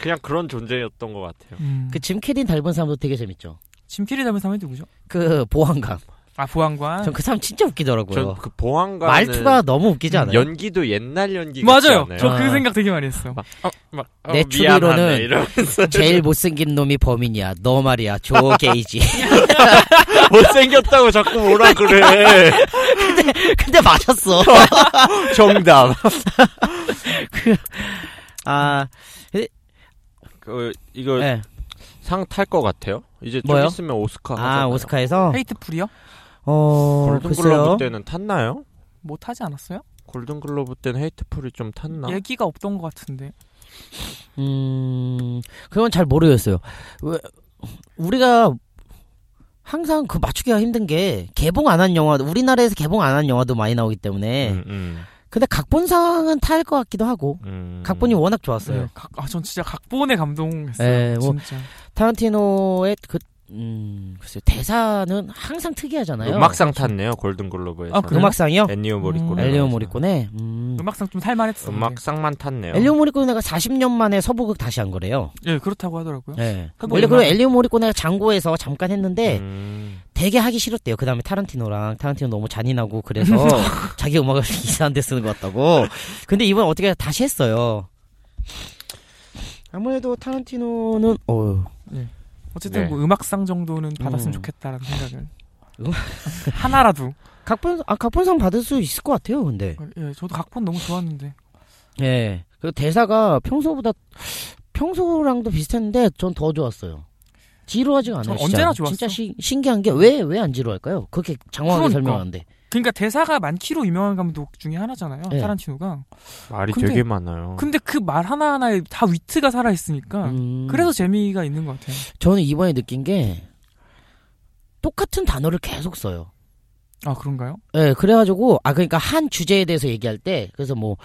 S1: 그냥 그런 존재였던 것 같아요.
S2: 음. 그,
S3: 그짐 캐린 닮은 사람도 되게 재밌죠.
S2: 짐캐리 닮은 사람이 누구죠?
S3: 그 보안관.
S2: 아 보안관.
S3: 전 그 사람 진짜
S1: 전
S3: 웃기더라고요.
S1: 그 보안관
S3: 말투가 너무 웃기지
S2: 음,
S3: 않아요?
S1: 연기도 옛날 연기 같지
S2: 맞아요.
S1: 않아요?
S2: 저 그
S3: 아.
S2: 생각 되게 많이 했어.
S1: 막, 어, 막, 어,
S3: 내
S1: 미안하네
S3: 추리로는
S1: 이러면서
S3: 그 제일 못생긴 놈이 범인이야. 너 말이야. 조 게이지.
S1: 못생겼다고 자꾸 뭐라 그래
S3: 근데 맞았어.
S1: 정답
S3: 아,
S1: 그 이거
S3: 네.
S1: 상 탈 것 같아요 이제
S3: 뭐요?
S1: 좀 있으면 오스카
S3: 아
S1: 하잖아요.
S3: 오스카에서
S2: 헤이트풀이요?
S3: 어
S1: 골든글러브
S3: 글쎄요.
S1: 때는 탔나요?
S2: 못 하지 않았어요?
S1: 골든글러브 때는 헤이트풀이 좀 탔나?
S3: 예.
S1: 음,
S2: 얘기가 없던 것 같은데.
S3: 음 그건 잘 모르겠어요. 왜 우리가 항상 그 맞추기가 힘든 게 개봉 안 한 영화, 우리나라에서 개봉 안 한 영화도 많이 나오기 때문에.
S1: 음, 음,
S3: 근데 각본상은 탈 것 같기도 하고
S1: 음.
S3: 각본이 워낙 좋았어요.
S2: 네. 각, 아, 전 진짜 각본에 감동했어요.
S3: 예, 뭐
S2: 진짜.
S3: 타란티노의 그 음, 글쎄 대사는 항상 특이하잖아요.
S1: 음악상 탔네요 골든글로브에서.
S2: 아, 그래요?
S3: 음악상이요?
S1: 엔니오 모리꼬네.
S2: 음.
S3: 엘리오 모리꼬네. 음.
S2: 음악상 좀 살만했어.
S1: 음악상만 탔네요.
S3: 엘리오 모리꼬네가 40년 만에 서부극 다시 한 거래요.
S2: 예, 그렇다고 하더라고요.
S3: 네.
S2: 그거
S3: 원래
S2: 얼마나-
S3: 그 엘리오 모리꼬네가 장고에서 잠깐 했는데
S1: 음.
S3: 되게 하기 싫었대요. 그 다음에 타란티노랑 타란티노 너무 잔인하고 그래서 자기 음악을 이상한 데 쓰는 것 같다고. 근데 이번에 어떻게 다시 했어요. 아무래도 타란티노는 어
S2: 어쨌든
S1: 네.
S2: 뭐 음악상 정도는 받았으면
S3: 음.
S2: 좋겠다라는 생각을.
S3: 음.
S2: 하나라도.
S3: 각본 아 각본상 받을 수 있을 것 같아요. 근데
S2: 예, 저도 각본 너무 좋았는데.
S3: 예. 그 대사가 평소보다 평소랑도 비슷했는데 전 더 좋았어요. 지루하지가 않아요.
S2: 전
S3: 진짜.
S2: 언제나 좋았어.
S3: 진짜 시- 신기한 게 왜 왜 안 지루할까요? 그렇게 장황하게
S2: 그러니까.
S3: 설명하는데.
S2: 그러니까 대사가 많기로 유명한 감독 중에 하나잖아요.
S3: 네.
S2: 타란티노가.
S1: 어. 말이
S2: 근데-
S1: 되게 많아요.
S2: 근데 그 말 하나하나에 다 위트가 살아있으니까.
S3: 음.
S2: 그래서 재미가 있는 것 같아요.
S3: 저는 이번에 느낀 게 똑같은 단어를 계속 써요.
S2: 아, 그런가요?
S3: 예, 그래가지고 아 그러니까 한 주제에 대해서 얘기할 때 그래서 뭐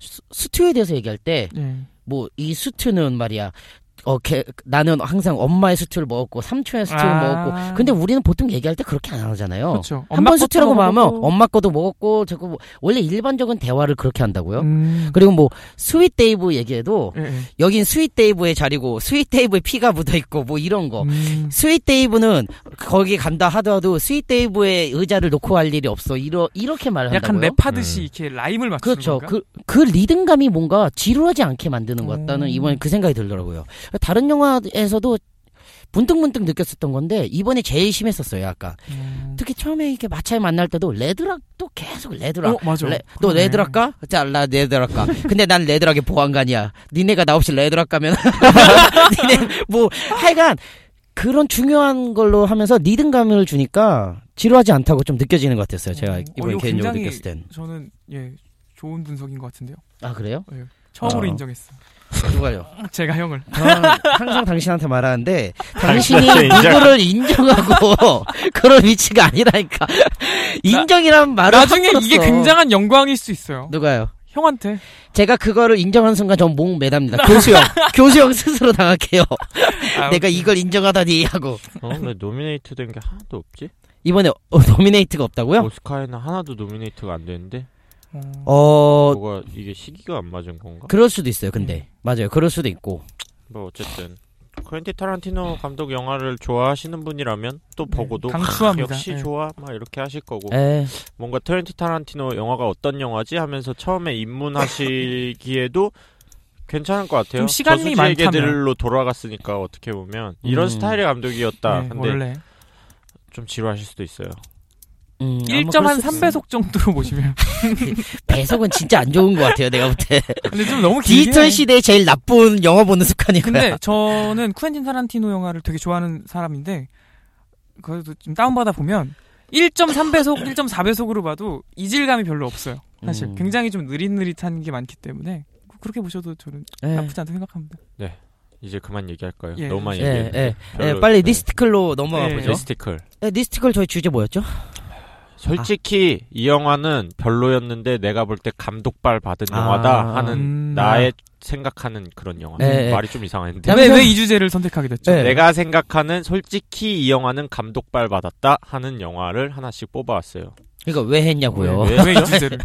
S3: 수- 수트에 대해서 얘기할
S2: 예.
S3: 때 뭐 이 수트는 말이야 어 개, 나는 항상 엄마의 수트를 먹었고 삼촌의 수트를
S2: 아.
S3: 먹었고 근데 우리는 보통 얘기할 때 그렇게 안 하잖아요.
S2: 그렇죠.
S3: 한 번 수트라고 말하면
S2: 먹어도-
S3: 엄마 거도 먹었고 자꾸 뭐- 원래 일반적인 대화를 그렇게 한다고요.
S2: 음.
S3: 그리고 뭐 스윗 데이브 얘기해도
S2: 예, 예.
S3: 여긴 스윗 데이브의 자리고 스윗 데이브의 피가 묻어 있고 뭐 이런 거.
S2: 음.
S3: 스윗 데이브는 거기 간다 하더라도 스윗 데이브의 의자를 놓고 할 일이 없어. 이러, 이렇게 말을
S2: 약간
S3: 한다고요.
S2: 랩하듯이
S1: 음.
S2: 이렇게 라임을 맞추는
S3: 그렇죠.
S2: 건가?
S3: 그, 그 리듬감이 뭔가 지루하지 않게 만드는 것
S2: 음.
S3: 같다는 이번에 그 생각이 들더라고요. 다른 영화에서도 문득문득 느꼈었던 건데 이번에 제일 심했었어요. 약간
S2: 음.
S3: 특히 처음에 이렇게 마차에 만날 때도 레드락 또 계속 레드락.
S2: 어, 맞아.
S3: 레, 너
S2: 그러네.
S3: 레드락가? 자, 나 레드락가. 근데 난 레드락의 보안관이야. 니네가 나 없이 레드락가면 니네 뭐 하여간 그런 중요한 걸로 하면서 리듬감을 주니까 지루하지 않다고 좀 느껴지는 것 같았어요. 제가
S2: 어,
S3: 이번에
S2: 이거
S3: 개인적으로
S2: 굉장히
S3: 느꼈을 땐.
S2: 저는 예 좋은 분석인 것 같은데요.
S3: 아 그래요?
S2: 처음으로
S3: 어.
S2: 인정했어.
S3: 누가요?
S2: 제가 형을
S3: 저는 항상 당신한테 말하는데 당신이
S1: 당신한테 인정.
S3: 누구를 인정하고 그런 위치가 아니라니까 인정이란 말을
S2: 나중에
S3: 함으로써
S2: 이게 굉장한 영광일 수 있어요.
S3: 누가요?
S2: 형한테
S3: 제가 그거를 인정하는 순간 전 목 매답니다. 교수형 교수형 스스로 당할게요.
S2: 아,
S3: 내가 이걸 인정하다니 하고
S1: 어, 왜 노미네이트 된 게 하나도 없지?
S3: 이번에 어, 노미네이트가 없다고요?
S1: 오스카에는 하나도 노미네이트가 안 되는데
S2: 어,
S3: 어
S1: 뭐가 이게 시기가 안 맞은 건가?
S3: 그럴 수도 있어요. 근데 맞아요. 그럴 수도 있고
S1: 뭐 어쨌든 퀸티 타란티노 감독 영화를 좋아하시는 분이라면 또
S2: 네,
S1: 보고도
S2: 강추합니다. 네.
S1: 역시
S2: 예.
S1: 좋아 막 이렇게 하실 거고
S3: 에
S1: 뭔가 트렌티 타란티노 영화가 어떤 영화지 하면서 처음에 입문하시기에도 괜찮을 것 같아요.
S2: 좀 시간이 많다면.
S1: 저수지에게들로 돌아갔으니까 어떻게 보면 이런
S3: 음.
S1: 스타일의 감독이었다.
S2: 네,
S1: 근데
S2: 원래
S1: 좀 지루하실 수도 있어요.
S3: 음, 아마 그럴 수도
S2: 1.3배속 정도로 보시면
S3: 있어요. 배속은 진짜 안 좋은 것 같아요. 내가 볼 때
S2: 근데 좀 너무 길긴 해.
S3: 디지털 시대의 제일 나쁜 영화 보는 습관이고요.
S2: 네. 근데 저는 쿠엔틴 타란티노 영화를 되게 좋아하는 사람인데 그래도 좀 다운받아 보면 1.3배속, 1.4배속으로 봐도 이질감이 별로 없어요. 사실
S3: 음.
S2: 굉장히 좀 느릿느릿한 게 많기 때문에 그- 그렇게 보셔도 저는
S3: 네.
S2: 나쁘지 않다고 생각합니다.
S1: 이제 그만 얘기할까요?
S2: 예.
S1: 너무 많이
S3: 예, 예,
S1: 얘기했는데.
S3: 예,
S1: 별로-
S3: 빨리
S1: 네.
S3: 리스티클로 넘어가
S2: 예.
S3: 보죠.
S1: 리스티클.
S3: 네, 리스티클 저희 주제 뭐였죠?
S1: 솔직히 이 영화는 별로였는데 내가 볼 때 감독발 받은 영화다
S3: 아,
S1: 하는
S2: 음.
S1: 나의 생각하는 그런 영화.
S3: 예, 예.
S1: 말이 좀 이상했는데.
S3: 남-
S2: 왜, 왜 이 주제를 선택하게 됐죠?
S3: 네.
S1: 내가 생각하는 솔직히 이 영화는 감독발 받았다 하는 영화를 하나씩 뽑아왔어요.
S3: 이거 왜 했냐고요?
S1: 네,
S2: 왜 이 주제를?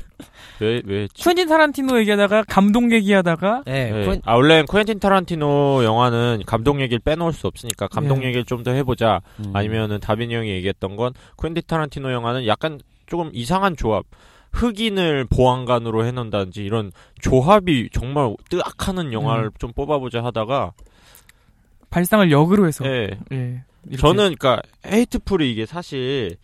S1: 왜, 왜,
S2: 쿠엔틴 타란티노 얘기하다가 감동 얘기하다가
S3: 네,
S1: 네.
S3: 그건-
S1: 아 원래 쿠엔틴 타란티노 영화는 감독 얘기를 빼놓을 수 없으니까 감독
S2: 예.
S1: 얘기를 좀 더 해보자
S3: 음.
S1: 아니면은 다빈이 형이 얘기했던 건 쿠엔틴 타란티노 영화는 약간 조금 이상한 조합 흑인을 보안관으로 해놓는다든지 이런 조합이 정말 뜨악하는 영화를
S2: 음.
S1: 좀 뽑아보자 하다가
S2: 발상을 역으로 해서
S1: 예
S2: 예, 이렇게.
S1: 저는 그러니까 헤이트풀이 이게 사실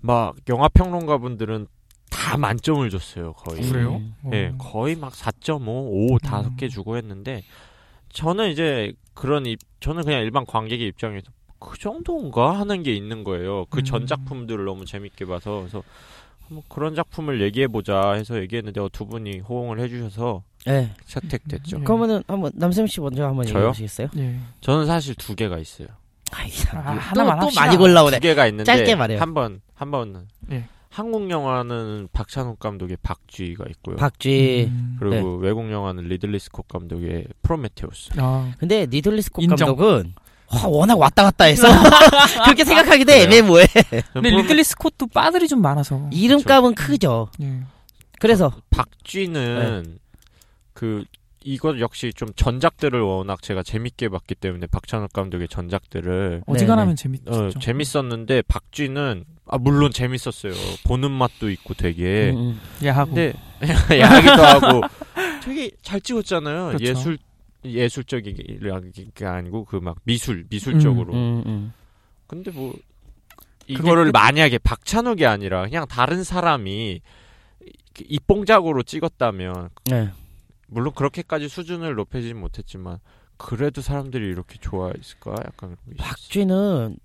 S1: 막 영화 평론가 분들은 다 만점을 줬어요 거의
S2: 그래요?
S3: 음.
S2: 어.
S1: 예, 거의 막 4.5, 5, 다섯
S2: 음.
S1: 개 주고 했는데 저는 이제 그런 입, 저는 그냥 일반 관객의 입장에서 그 정도인가 하는 게 있는 거예요. 그 전
S2: 음.
S1: 작품들을 너무 재밌게 봐서 그래서 한번 그런 작품을 얘기해 보자 해서 얘기했는데 어, 두 분이 호응을 해주셔서
S3: 네.
S1: 채택됐죠.
S2: 음.
S3: 그러면은 한번 남샘 씨 먼저 한번
S1: 저요?
S3: 얘기해 보시겠어요?
S2: 예.
S1: 저는 사실 두 개가 있어요.
S3: 아, 이
S2: 아,
S3: 사람 또,
S2: 하나만
S3: 또
S2: 합시다.
S3: 많이
S1: 두
S3: 아, 골라오네.
S1: 개가 있는데
S3: 짧게 말해요.
S1: 한번 한번
S2: 예.
S1: 한국 영화는 박찬욱 감독의 박쥐가 있고요.
S3: 박쥐. 네.
S2: 음.
S1: 그리고 외국 영화는 리들리 스콧 감독의 프로메테우스.
S2: 아,
S3: 근데 니들리 스콧
S2: 인정.
S3: 감독은 와, 워낙 왔다 갔다 해서 그렇게 생각하기도
S1: 그래요?
S3: 애매모해.
S2: 근데
S1: 프로메-
S2: 리틀리 스콧도 빠들이 좀 많아서
S3: 이름값은 크죠.
S1: 네,
S2: 예.
S3: 그래서
S1: 박쥐는 그 이것 역시 좀 전작들을 워낙 제가 재밌게 봤기 때문에 박찬욱 감독의 전작들을
S2: 어지간하면 재밌죠.
S1: 어, 재밌었는데 박쥐는 아 물론 재밌었어요. 보는 맛도 있고 되게
S3: 음,
S2: 예, 야하고.
S1: 근데 야하기도 하고 되게 잘 찍었잖아요.
S2: 그렇죠.
S1: 예술 예술적인 게 아니고 그 막 미술 미술적으로.
S3: 음, 음.
S1: 근데 뭐 이거를
S2: 끝?
S1: 만약에 박찬욱이 아니라 그냥 다른 사람이 입봉작으로 찍었다면
S3: 네.
S1: 물론 그렇게까지 수준을 높이진 못했지만 그래도 사람들이 이렇게 좋아했을까? 약간 그런 게 있-
S3: 박쥐는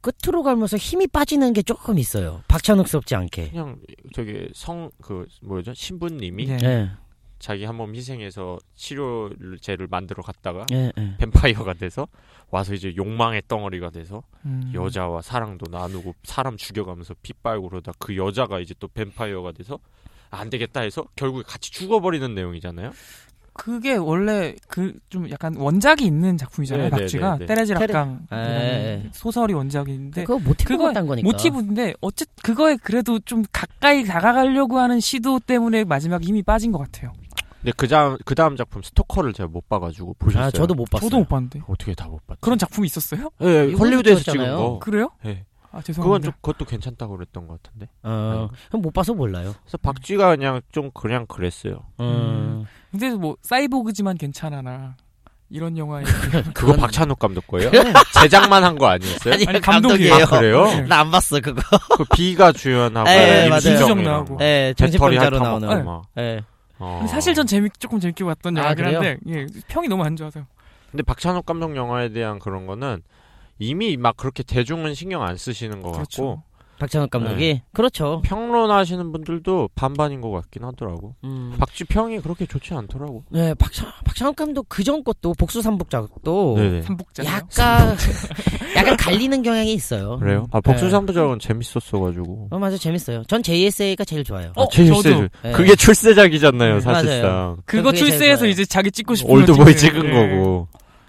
S3: 끝으로 가면서 힘이 빠지는 게 조금 있어요. 박찬욱스럽지 않게.
S1: 그냥 되게 성 그 뭐죠 신부님이
S2: 예.
S3: 예,
S1: 자기 한 몸 희생해서 치료제를 만들어 갔다가
S3: 예, 예.
S1: 뱀파이어가 돼서 와서 이제 욕망의 덩어리가 돼서
S2: 음.
S1: 여자와 사랑도 나누고 사람 죽여가면서 피 빨고 그러다 그 여자가 이제 또 뱀파이어가 돼서 안 되겠다 해서 결국에 같이 죽어버리는 내용이잖아요.
S2: 그게 원래 그 좀 약간 원작이 있는
S1: 네,
S2: 작품이잖아요.
S1: 네,
S2: 박쥐가
S1: 네, 네.
S2: 때레지락강
S3: 예, 예.
S2: 소설이 원작인데
S1: 그러니까.
S3: 그거 모티브로
S2: 그거에-
S3: 딴 거니까. 아,
S2: 모티브인데 어쨌 그거에 그래도 좀 가까이 다가가려고 하는 시도 때문에 마지막에 힘이 빠진 것 같아요.
S1: 근데 그 다음 그 다음 작품 스토커를 제가 못 봐가지고 보셨어요.
S3: 아, 저도 못 봤어요.
S2: 저도 못 봤는데
S1: 어떻게 다 못 봤죠?
S2: 그런 작품이 있었어요?
S1: 예, 예,
S3: 이거는
S1: 헐리우드에서 찍은
S3: 찍었잖아요.
S1: 거.
S2: 그래요?
S1: 예.
S2: 아
S1: 그건 좀
S2: 죄송합니다.
S1: 그것도 괜찮다고 그랬던 것 같은데.
S3: 어, 그럼 못 봐서 몰라요.
S1: 그래서 박쥐가 그냥 좀 그냥 그랬어요.
S2: 음. 근데 뭐 사이보그지만 괜찮아나 이런 영화에
S1: 그거
S3: 그건-
S1: 박찬욱 감독 거예요? 제작만 한 거 네? 아니었어요?
S3: 아니,
S2: 아니, 감독이에요.
S3: 감독이에요.
S1: 아, 그래요?
S2: 네.
S3: 나 안 봤어 그거.
S1: 그 비가 주연하고 그
S3: 예, 맞아요.
S2: 김수정 나오고.
S3: 예,
S1: 배터리
S3: 정신병자로
S1: 핥아먹고
S3: 나오는.
S1: 막.
S3: 예.
S1: 어.
S2: 근데 사실 전 재미 조금 재밌게 봤던
S3: 아,
S2: 영화긴
S3: 그래요?
S2: 한데 예, 평이 너무 안 좋아서
S1: 근데 박찬욱 감독 영화에 대한 그런 거는 이미 막 그렇게 대중은 신경 안 쓰시는 것 같고
S2: 그렇죠.
S3: 박찬욱 감독이 그렇죠.
S1: 평론하시는 분들도 반반인 것 같긴 하더라고.
S3: 음.
S1: 박지평이 그렇게 좋지 않더라고.
S3: 네, 박찬 박찬욱 감독 그전 것도 복수 삼복 작도
S1: 네네. 네.
S2: 삼복자.
S3: 약간 약간 갈리는 경향이 있어요.
S1: 그래요? 아
S3: 네.
S1: 복수삼부작은 재밌었어가지고.
S3: 어, 맞아 재밌어요. 전 JSA가 제일 좋아요.
S2: 어,
S1: 아, 제일
S2: 저도.
S1: 세죠.
S3: 네.
S1: 그게 출세작이잖아요,
S3: 네,
S1: 사실상.
S2: 그거
S3: 그게 제일
S2: 출세해서
S3: 좋아요.
S2: 이제 자기 찍고 싶은 걸
S1: 올드보이
S2: 찍는,
S1: 찍은
S2: 예.
S1: 거고.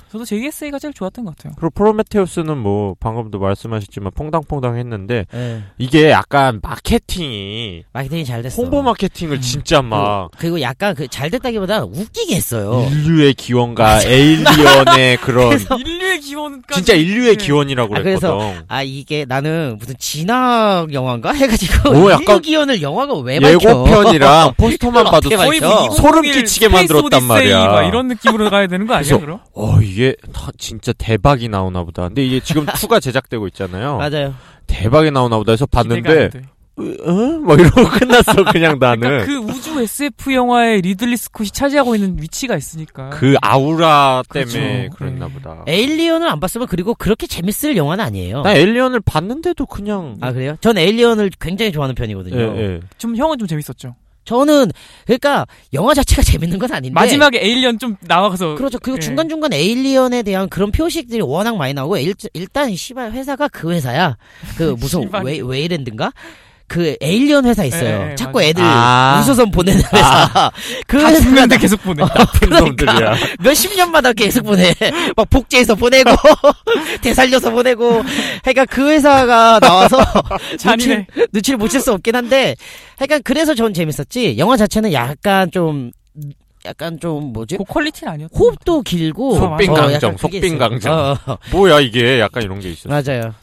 S2: 저도 JSA가 제일 좋았던 것 같아요.
S1: 그리고 프로메테우스는 뭐 방금도 말씀하셨지만 퐁당퐁당 했는데
S3: 네,
S1: 이게 약간 마케팅이
S3: 마케팅이 잘 됐어.
S1: 홍보 마케팅을 진짜 막
S3: 그리고 약간 그 잘 됐다기보다 웃기게 했어요.
S1: 인류의 기원과 에일리언의 그런
S2: 인류의 기원까지
S1: 진짜 인류의
S2: 네.
S1: 기원이라고
S3: 아, 그래서
S1: 그랬거든.
S3: 아 이게 나는 무슨 진학 영화인가 해가지고
S1: 오, 약간
S3: 인류 기원을 영화가 왜 밝혀?
S1: 예고편이랑 포스터만 봐도
S3: 어떻게 밝혀?
S2: 거의 뭐
S3: 맞죠.
S1: 소름
S2: 2001
S1: 끼치게
S2: 스페이스
S1: 만들었단
S2: 오디세이
S1: 말이야.
S2: 막 이런 느낌으로 가야 되는 거 아니야
S1: 그래서
S2: 그럼?
S1: 어 이게 다 진짜 대박이 나오나 보다. 근데 이게 지금 2가 제작되고 있잖아요.
S3: 맞아요.
S1: 대박이 나오나 보다 해서
S2: 기대가 안
S1: 봤는데 네.
S2: 돼.
S1: 응? 뭐 이러고 끝났어 그냥
S2: 그러니까
S1: 나는.
S2: 그 우주 SF 영화의 리들리 스콧이 차지하고 있는 위치가 있으니까.
S1: 그 아우라
S2: 아, 그렇죠.
S1: 때문에 그랬나
S2: 네.
S1: 보다.
S3: 에일리언을 안 봤으면 그리고 그렇게 재밌을 영화는
S2: 어.
S3: 아니에요.
S1: 나 엘리언을 봤는데도 그냥
S3: 아 그래요? 전 에일리언을 굉장히 좋아하는
S1: 예,
S3: 편이거든요.
S1: 예.
S2: 좀 형은 좀 재밌었죠.
S3: 저는 그러니까 영화 자체가 재밌는 건 아닌데
S2: 마지막에 에일리언 좀 나와서
S3: 그렇죠. 그리고
S2: 예.
S3: 중간 중간 에일리언에 대한 그런 표식들이 워낙 많이 나오고 일, 일단 시발 회사가 그 회사야. 그 무슨
S2: 씨발.
S3: 웨, 웨이랜드인가? 그 에일리언 회사 있어요.
S2: 예, 예,
S3: 자꾸
S2: 맞아요.
S3: 애들
S1: 아.
S3: 우주선 보내는 회사. 그
S2: 다
S3: 회사가
S2: 죽는데 계속 보내.
S3: 아,
S1: 나쁜 놈들이야.
S3: 몇십 년마다 계속 보내. 막 복제해서 보내고 되살려서 보내고. 그러니까 그 회사가 나와서
S2: 잔인해.
S3: 눈치를, 눈치를 못 챌 수 없긴 한데. 그러니까 그래서 전 재밌었지. 영화 자체는 약간 좀 약간 좀 뭐지?
S2: 그 퀄리티는 아니었어.
S3: 호흡도 길고
S2: 속빈
S3: 약간
S1: 강정,
S3: 그게
S1: 속빈
S3: 있어요.
S1: 강정.
S3: 어, 어, 어.
S1: 뭐야 이게 약간 이런 게 있었어.
S3: 맞아요.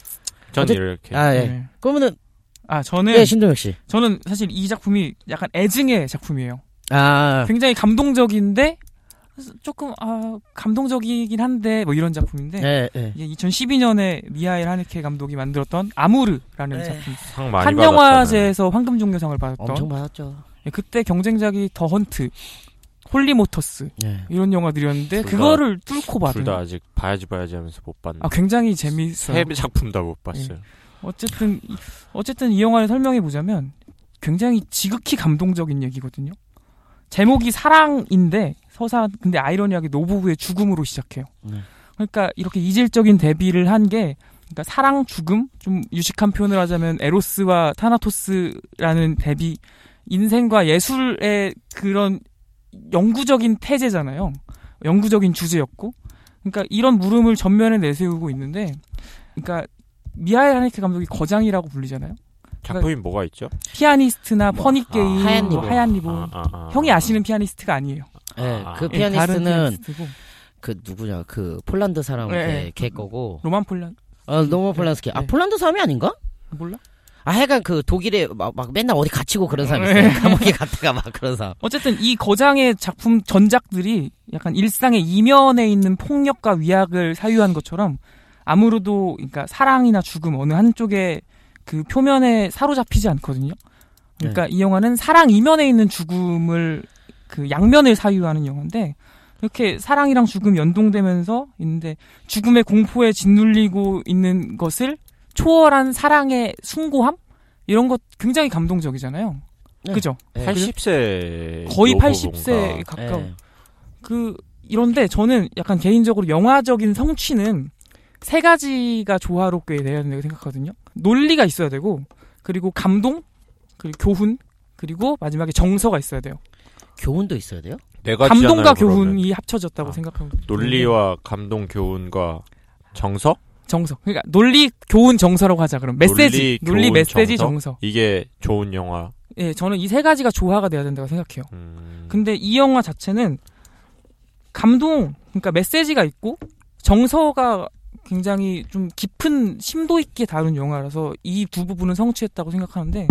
S1: 전
S3: 어째-
S1: 이렇게.
S3: 아 예.
S2: 네.
S3: 그러면은
S2: 아 저는
S3: 예 신동혁 씨.
S2: 저는 사실 이 작품이 약간 애증의 작품이에요.
S3: 아
S2: 굉장히 감동적인데 조금 아 감동적이긴 한데 뭐 이런 작품인데
S1: 네.
S3: 예 예.
S2: 이게 2012년에 미하일 하네케 감독이 만들었던 아무르라는
S3: 네.
S2: 작품.
S1: 상 많이
S2: 한
S1: 받았잖아요.
S2: 영화제에서 황금종려상을 받았던
S3: 엄청 받았죠.
S2: 예, 그때 경쟁작이 더 헌트, 홀리모터스
S3: 예.
S2: 이런 영화들이었는데
S1: 둘 다-
S2: 그거를 뚫고
S1: 둘
S2: 받은
S1: 다 아직 봐야지 봐야지 하면서 못 봤네.
S2: 아 굉장히 재밌어요. 네.
S1: 세 작품 다 못 봤어요.
S2: 어쨌든 이- 어쨌든 이 영화를 설명해 보자면 굉장히 지극히 감동적인 얘기거든요. 제목이 사랑인데 서사 근데 아이러니하게 노부부의 죽음으로 시작해요.
S3: 네.
S2: 그러니까 이렇게 이질적인 대비를 한 게 그러니까 사랑 죽음 좀 유식한 표현을 하자면 에로스와 타나토스라는 대비 인생과 예술의 그런 영구적인 태제잖아요. 영구적인 주제였고 그러니까 이런 물음을 전면에 내세우고 있는데 그러니까 미하일 하네케 감독이 거장이라고 불리잖아요.
S1: 작품이 뭐가 있죠?
S2: 피아니스트나
S1: 뭐,
S2: 퍼니 게임,
S1: 아,
S3: 하얀
S2: 뭐
S3: 리본.
S2: 하얀 리본.
S1: 아, 아, 아.
S2: 형이 아시는 피아니스트가 아니에요.
S3: 예,
S1: 아,
S3: 그
S1: 아.
S2: 예, 다른
S3: 피아니스트는
S2: 피아니스트고.
S3: 그 누구냐 그 폴란드 사람
S2: 예,
S3: 걔,
S2: 예.
S3: 걔 거고
S2: 로만 폴란
S3: 어 노모 폴란스키 아
S2: 네.
S3: 폴란드 사람이 아닌가?
S2: 몰라?
S3: 아 하여간 그 독일에 막, 막 맨날 어디 갇히고 그런 사람
S2: 예.
S3: 있어요 감옥에 갔다가 막 그런 사람
S2: 어쨌든 이 거장의 작품 전작들이 약간 일상의 이면에 있는 폭력과 위약을 사유한 것처럼 아무래도 그러니까 사랑이나 죽음 어느 한쪽에 그 표면에 사로잡히지 않거든요. 그러니까 이 영화는 사랑 이면에 있는 죽음을 그 양면을 사유하는 영화인데 이렇게 사랑이랑 죽음 연동되면서 있는데 죽음의 공포에 짓눌리고 있는 것을 초월한 사랑의 숭고함 이런 것 굉장히 감동적이잖아요.
S3: 네.
S2: 그죠?
S3: 예.
S1: 80세
S2: 거의
S1: 노부부인가?
S2: 80세 가까운
S3: 예.
S2: 그 이런데 저는 약간 개인적으로 영화적인 성취는 세 가지가 조화롭게 내야 된다고 생각하거든요. 논리가 있어야 되고 그리고 감동 그리고 교훈 그리고 마지막에 정서가 있어야 돼요.
S3: 교훈도 있어야 돼요?
S1: 네 가지잖아요,
S2: 감동과
S1: 그러면.
S2: 교훈이 합쳐졌다고
S1: 아,
S2: 생각합니다.
S1: 논리와 감동 교훈과 정서
S2: 정서. 그러니까 논리, 교훈, 정서라고 하자. 그럼 메시지,
S1: 논리,
S2: 논리,
S1: 교훈,
S2: 메시지, 정서.
S1: 정서? 이게 좋은 영화.
S2: 예, 저는 이 세 가지가 조화가 돼야 된다고 생각해요.
S1: 음,
S2: 근데 이 영화 자체는 감동, 그러니까 메시지가 있고 정서가 굉장히 좀 깊은 심도 있게 다룬 영화라서 이 두 부분은 성취했다고 생각하는데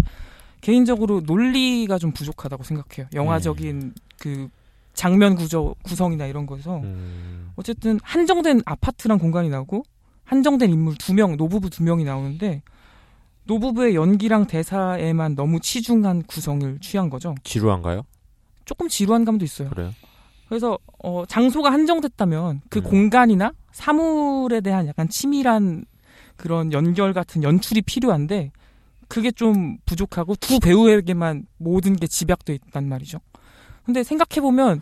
S2: 개인적으로 논리가 좀 부족하다고 생각해요. 영화적인 그 장면 구조 구성이나 이런 거에서
S1: 음,
S2: 어쨌든 한정된 아파트랑 공간이 나오고 한정된 인물 두 명, 노부부 두 명이 나오는데 노부부의 연기랑 대사에만 너무 치중한 구성을 취한 거죠.
S1: 지루한가요?
S2: 조금 지루한 감도 있어요.
S1: 그래요.
S2: 그래서 어, 장소가 한정됐다면 그
S1: 음.
S2: 공간이나 사물에 대한 약간 치밀한 그런 연결 같은 연출이 필요한데 그게 좀 부족하고 두 배우에게만 모든 게 집약돼 있단 말이죠. 근데 생각해 보면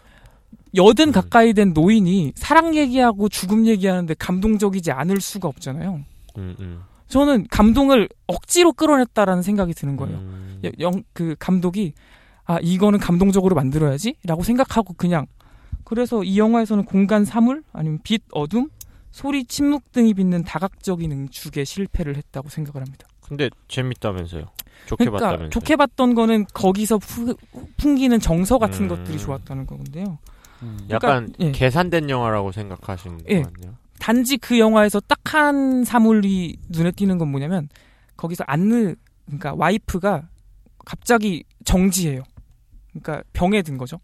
S2: 여든
S1: 음.
S2: 가까이 된 노인이 사랑 얘기하고 죽음 얘기하는데 감동적이지 않을 수가 없잖아요.
S1: 음, 음.
S2: 저는 감동을 억지로 끌어냈다라는 생각이 드는 거예요.
S1: 음.
S2: 여- 영, 그 감독이 아 이거는 감동적으로 만들어야지라고 생각하고 그냥 그래서 이 영화에서는 공간 사물 아니면 빛 어둠 소리 침묵 등이 빚는 다각적인 응축에 실패를 했다고 생각을 합니다.
S1: 근데 재밌다면서요. 좋게
S2: 그러니까
S1: 봤다면서요.
S2: 좋게 봤던 거는 거기서 푸- 풍기는 정서 같은
S1: 음.
S2: 것들이 좋았다는 건데요.
S3: 음.
S1: 약간
S2: 예.
S1: 계산된 영화라고 생각하시는 것
S2: 예.
S1: 같네요.
S2: 단지 그 영화에서 딱 한 사물이 눈에 띄는 건 뭐냐면 거기서 안느 그러니까 와이프가 갑자기 정지해요. 그러니까 병에 든 거죠.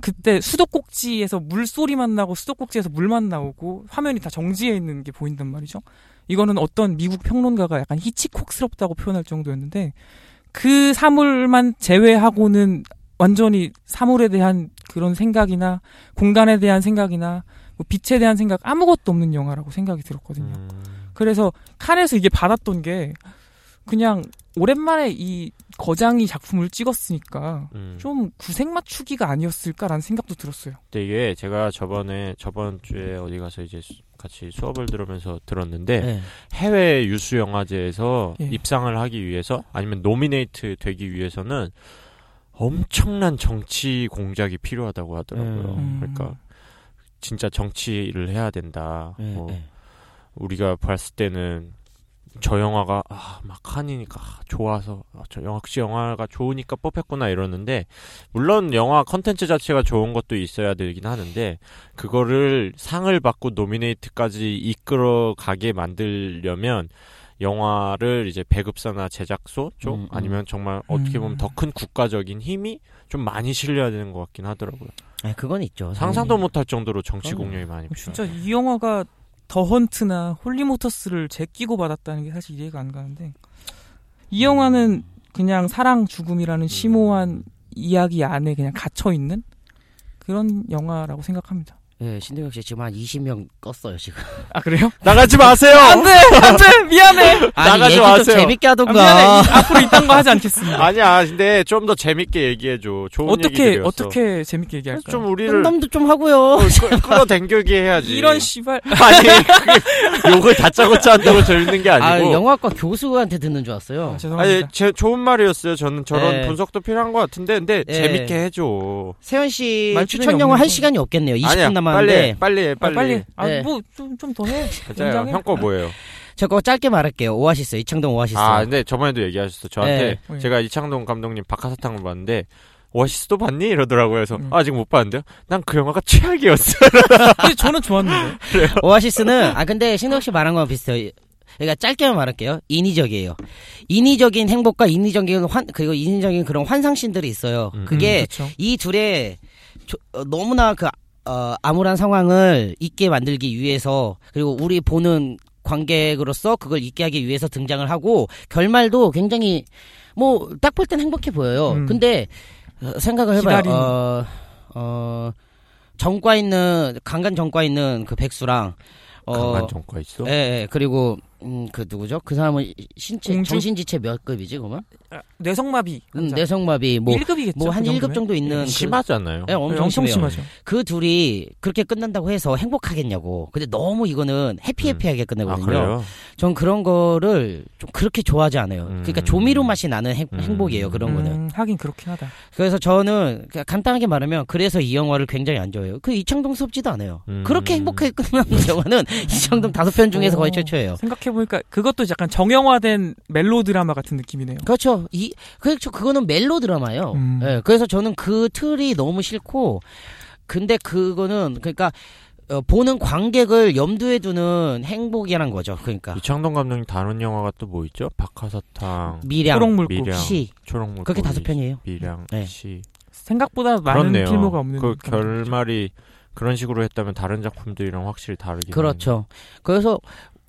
S2: 그때 수도꼭지에서 물소리만 나고 수도꼭지에서 물만 나오고 화면이 다 정지해 있는 게 보인단 말이죠. 이거는 어떤 미국 평론가가 약간 히치콕스럽다고 표현할 정도였는데 그 사물만 제외하고는 완전히 사물에 대한 그런 생각이나 공간에 대한 생각이나 뭐 빛에 대한 생각 아무것도 없는 영화라고 생각이 들었거든요.
S1: 음.
S2: 그래서 칸에서 이게 받았던 게 그냥 오랜만에 이 거장이 작품을 찍었으니까
S1: 음.
S2: 좀 구색 맞추기가 아니었을까라는 생각도 들었어요.
S1: 근데 이게 제가 저번에 저번 주에 어디 가서 이제 수- 같이 수업을 들으면서 들었는데
S3: 네.
S1: 해외 유수 영화제에서
S2: 예.
S1: 입상을 하기 위해서 아니면 노미네이트 되기 위해서는 엄청난 정치 공작이 필요하다고 하더라고요.
S3: 음.
S1: 그러니까 진짜 정치를 해야 된다.
S3: 네,
S1: 뭐
S3: 네.
S1: 우리가 봤을 때는 저 영화가 아, 막 칸이니까 아, 좋아서 아, 저 영화 혹시 영화가 좋으니까 뽑혔구나 이러는데 물론 영화 컨텐츠 자체가 좋은 것도 있어야 되긴 하는데 그거를 상을 받고 노미네이트까지 이끌어 가게 만들려면 영화를 이제 배급사나 제작소 쪽
S3: 음, 음.
S1: 아니면 정말 어떻게 보면
S2: 음.
S1: 더 큰 국가적인 힘이 좀 많이 실려야 되는 것 같긴 하더라고요.
S3: 아, 그건 있죠.
S1: 상상도
S3: 당연히.
S1: 못할 정도로 정치
S3: 그럼요.
S1: 공략이 많이 필요해요.
S2: 진짜 이 영화가 더 헌트나 홀리모터스를 제끼고 받았다는 게 사실 이해가 안 가는데 이 영화는 그냥 사랑 죽음이라는 심오한 이야기 안에 그냥 갇혀 있는 그런 영화라고 생각합니다.
S3: 예, 신동엽 씨 지금 한 20명 껐어요 지금.
S2: 아 그래요?
S1: 나가지 마세요.
S2: 안돼 안돼 미안해.
S1: 나가지
S3: 아니, 얘기 좀
S1: 마세요.
S3: 재밌게
S2: 아,
S3: 하던가.
S2: 미안해. 이- 앞으로 이딴 거 하지 않겠습니다.
S1: 아니야, 근데 좀 더 재밌게 얘기해줘. 좋은
S2: 어떻게
S1: 얘기들이었어.
S2: 어떻게 재밌게 얘기할까요?
S1: 좀 우리를 어,
S3: 농담도 좀 하고요.
S1: 끌- 끌어당기게 해야지.
S2: 이런 씨발
S1: 아니 그게 욕을 다짜고짜 한다고 재밌는 게
S3: 아,
S1: 아니고.
S3: 영화과 교수한테 듣는 줄 알았어요.
S2: 아,
S1: 아니
S2: 죄송합니다. 예.
S1: 제, 좋은 말이었어요. 저는 저런
S3: 네.
S1: 분석도 필요한 것 같은데, 근데
S3: 네.
S1: 재밌게 해줘.
S3: 세현 씨
S2: 말투는
S3: 추천 영화
S2: 없는
S3: 할
S2: 거.
S3: 시간이 없겠네요. 20분
S1: 아니야,
S3: 남았는데
S1: 빨리, 해,
S2: 아,
S1: 빨리, 해, 빨리.
S2: 빨리
S3: 네.
S2: 아뭐 좀 좀 더 해
S1: 맞아요.
S2: 굉장해.
S1: 형거 뭐예요?
S3: 저 그거 짧게 말할게요. 오아시스 이창동 오아시스.
S1: 아, 근데 저번에도 얘기하셨어. 저한테
S2: 네.
S1: 제가 이창동 감독님 박하사탕을 봤는데. 오아시스도 봤니? 이러더라고요. 그래서
S2: 음.
S1: 아직 못 봤는데요. 난 그 영화가 최악이었어.
S2: 근데 저는 좋았는데
S3: 오아시스는 아 근데 신동엽 씨 말한 거랑 비슷해요. 그러니까 짧게만 말할게요. 인위적이에요. 인위적인 행복과 인위적인 환 그리고 인위적인 그런 환상신들이 있어요.
S1: 음.
S3: 그게
S2: 음, 그쵸.
S3: 이 둘의 조- 어, 너무나 그 어, 암울한 상황을 있게 만들기 위해서 그리고 우리 보는 관객으로서 그걸 있게 하기 위해서 등장을 하고 결말도 굉장히 뭐 딱 볼 땐 행복해 보여요.
S2: 음.
S3: 근데 어, 생각을 해봐요.
S2: 기다림.
S3: 어, 어, 정과 있는 강간 정과 있는 그 백수랑 어,
S1: 강한 정과 있어.
S3: 예, 예 그리고 음, 그 누구죠? 그 사람은 신체
S2: 공주?
S3: 정신지체 몇 급이지 그러면?
S2: 아, 뇌성마비
S3: 음,
S2: 환자.
S3: 내성마비
S2: 일급이겠죠,
S3: 뭐 뭐
S2: 그
S3: 한 일
S2: 정도면?
S3: 급
S2: 네,
S3: 정도 있는 그-
S1: 어, 심하잖아요.
S3: 예, 엄청
S2: 엄청
S3: 심해요.
S2: 심하죠.
S3: 그 둘이 그렇게 끝난다고 해서 행복하겠냐고. 근데 너무 이거는 해피해피하게
S1: 아
S3: 끝내거든요.
S1: 그래요?
S3: 전 그런 거를 좀 그렇게 좋아하지 않아요.
S1: 음.
S3: 그러니까 조미료 맛이 나는 행,
S1: 음.
S3: 복이에요 그런 거는. 어.
S2: 음, 하긴 그렇긴 하다.
S3: 그래서 저는 그냥 간단하게 말하면 그래서 이 영화를 굉장히 안 좋아해요. 그 이창동 수업지도 않아요.
S1: 음.
S3: 그렇게 행복하게 끝나는 영화는 이창동 다섯 편 중에서 거의
S2: 오.
S3: 최초예요.
S2: 생각해 보니까 그것도 약간 정형화된 멜로 드라마 같은 느낌이네요.
S3: 그렇죠. 이 그렇죠. 그거는 멜로 드라마예요.
S2: 음.
S3: 예, 그래서 저는 그 틀이 너무 싫고, 근데 그거는 그러니까 어, 보는 관객을 염두에 두는 행복이란 거죠. 그러니까
S1: 이창동 감독님 다른 영화가 또 뭐 있죠? 박하사탕,
S3: 미량,
S2: 초록물고
S1: 미량.
S3: 시
S1: 초록물
S3: 그렇게 다섯 편이에요.
S1: 미량
S3: 네.
S1: 시
S2: 생각보다 많은
S1: 그렇네요.
S2: 필모가 없는
S1: 그
S2: 그런 거죠.
S1: 결말이 그런 식으로 했다면 다른 작품들이랑 확실히 다르긴
S3: 그렇죠. 그래서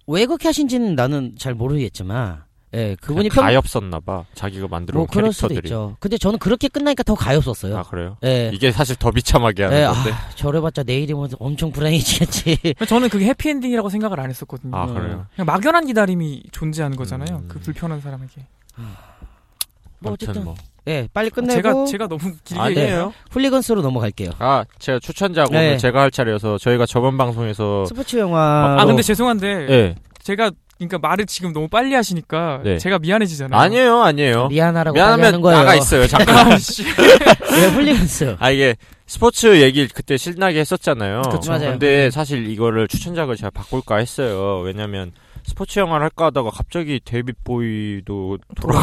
S3: 왜 그렇게 하신지는 나는 잘 모르겠지만, 예, 그분이 평,
S1: 가엾었나봐 자기가 만들어온
S3: 뭐 그럴 수도
S1: 캐릭터들이
S3: 있죠. 근데 저는 그렇게 끝나니까 더 가엾었어요.
S1: 아 그래요?
S3: 예,
S1: 이게 사실 더 비참하게 하는
S3: 예,
S1: 건데
S3: 아, 저래봤자 내일이면 엄청 불행해지겠지.
S2: 그러니까 저는 그게 해피엔딩이라고 생각을 안 했었거든요.
S3: 네.
S1: 아, 그래요?
S2: 그냥 막연한 기다림이 존재하는 거잖아요.
S1: 음.
S2: 그 불편한 사람에게.
S3: 뭐
S1: 아무튼
S3: 어쨌든
S1: 뭐.
S3: 예 빨리 끝내고
S2: 제가 제가 너무 길게
S3: 아니에요.
S1: 아니에요. 네.
S3: 훌리건스로 넘어갈게요.
S1: 아, 제가 추천작
S3: 네.
S1: 오늘 제가 할 차례여서 저희가 저번 방송에서
S3: 스포츠 영화.
S2: 아 근데 죄송한데
S1: 어.
S3: 네.
S1: 예.
S2: 제가 그러니까 말을 지금 너무 빨리 하시니까
S1: 네.
S2: 제가 미안해지잖아요.
S1: 아니에요, 아니에요.
S3: 미안하라고 하는
S1: 어? 미안하면
S3: 거예요.
S1: 나가 있어요. 잠깐.
S2: 아, 씨.
S3: 왜 훌리건스?
S1: 아 이게 스포츠 얘기 그때 신나게 했었잖아요. 네.
S3: 그쵸. 맞아요.
S1: 근데 사실 이거를 추천작을 제가 바꿀까 했어요. 왜냐면 스포츠 영화를 할까 하다가 갑자기 데이빗 보이도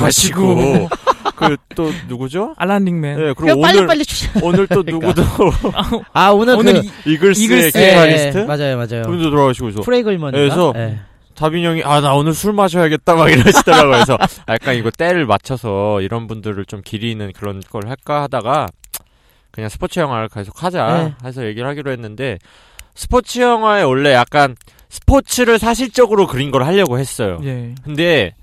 S1: 돌아가시고 그 또 누구죠?
S2: 알란 링맨.
S1: 네, 그러니까.
S3: 그냥
S1: 그리고
S3: 빨리
S1: 오늘
S3: 빨리 추천.
S1: 오늘 또 누구도
S3: 아 오늘,
S2: 오늘
S3: 그
S2: 이-
S1: 이글스의
S2: 이글스의-
S3: 예,
S1: 기타리스트
S3: 예, 맞아요 맞아요.
S1: 분도 돌아가시고 그래서
S3: 프레이글먼인가?
S1: 그래서
S3: 예.
S1: 다빈 형이 아 나 오늘 술 마셔야겠다 막 이러시더라고요. 그래서 아, 약간 이거 때를 맞춰서 이런 분들을 좀 기리는 그런 걸 할까 하다가 그냥 스포츠 영화를 계속 하자
S3: 네.
S1: 해서 얘기를 하기로 했는데 스포츠 영화에 원래 약간 스포츠를 사실적으로 그린 걸 하려고
S3: 네.
S1: 했어요.
S2: 예.
S1: 근데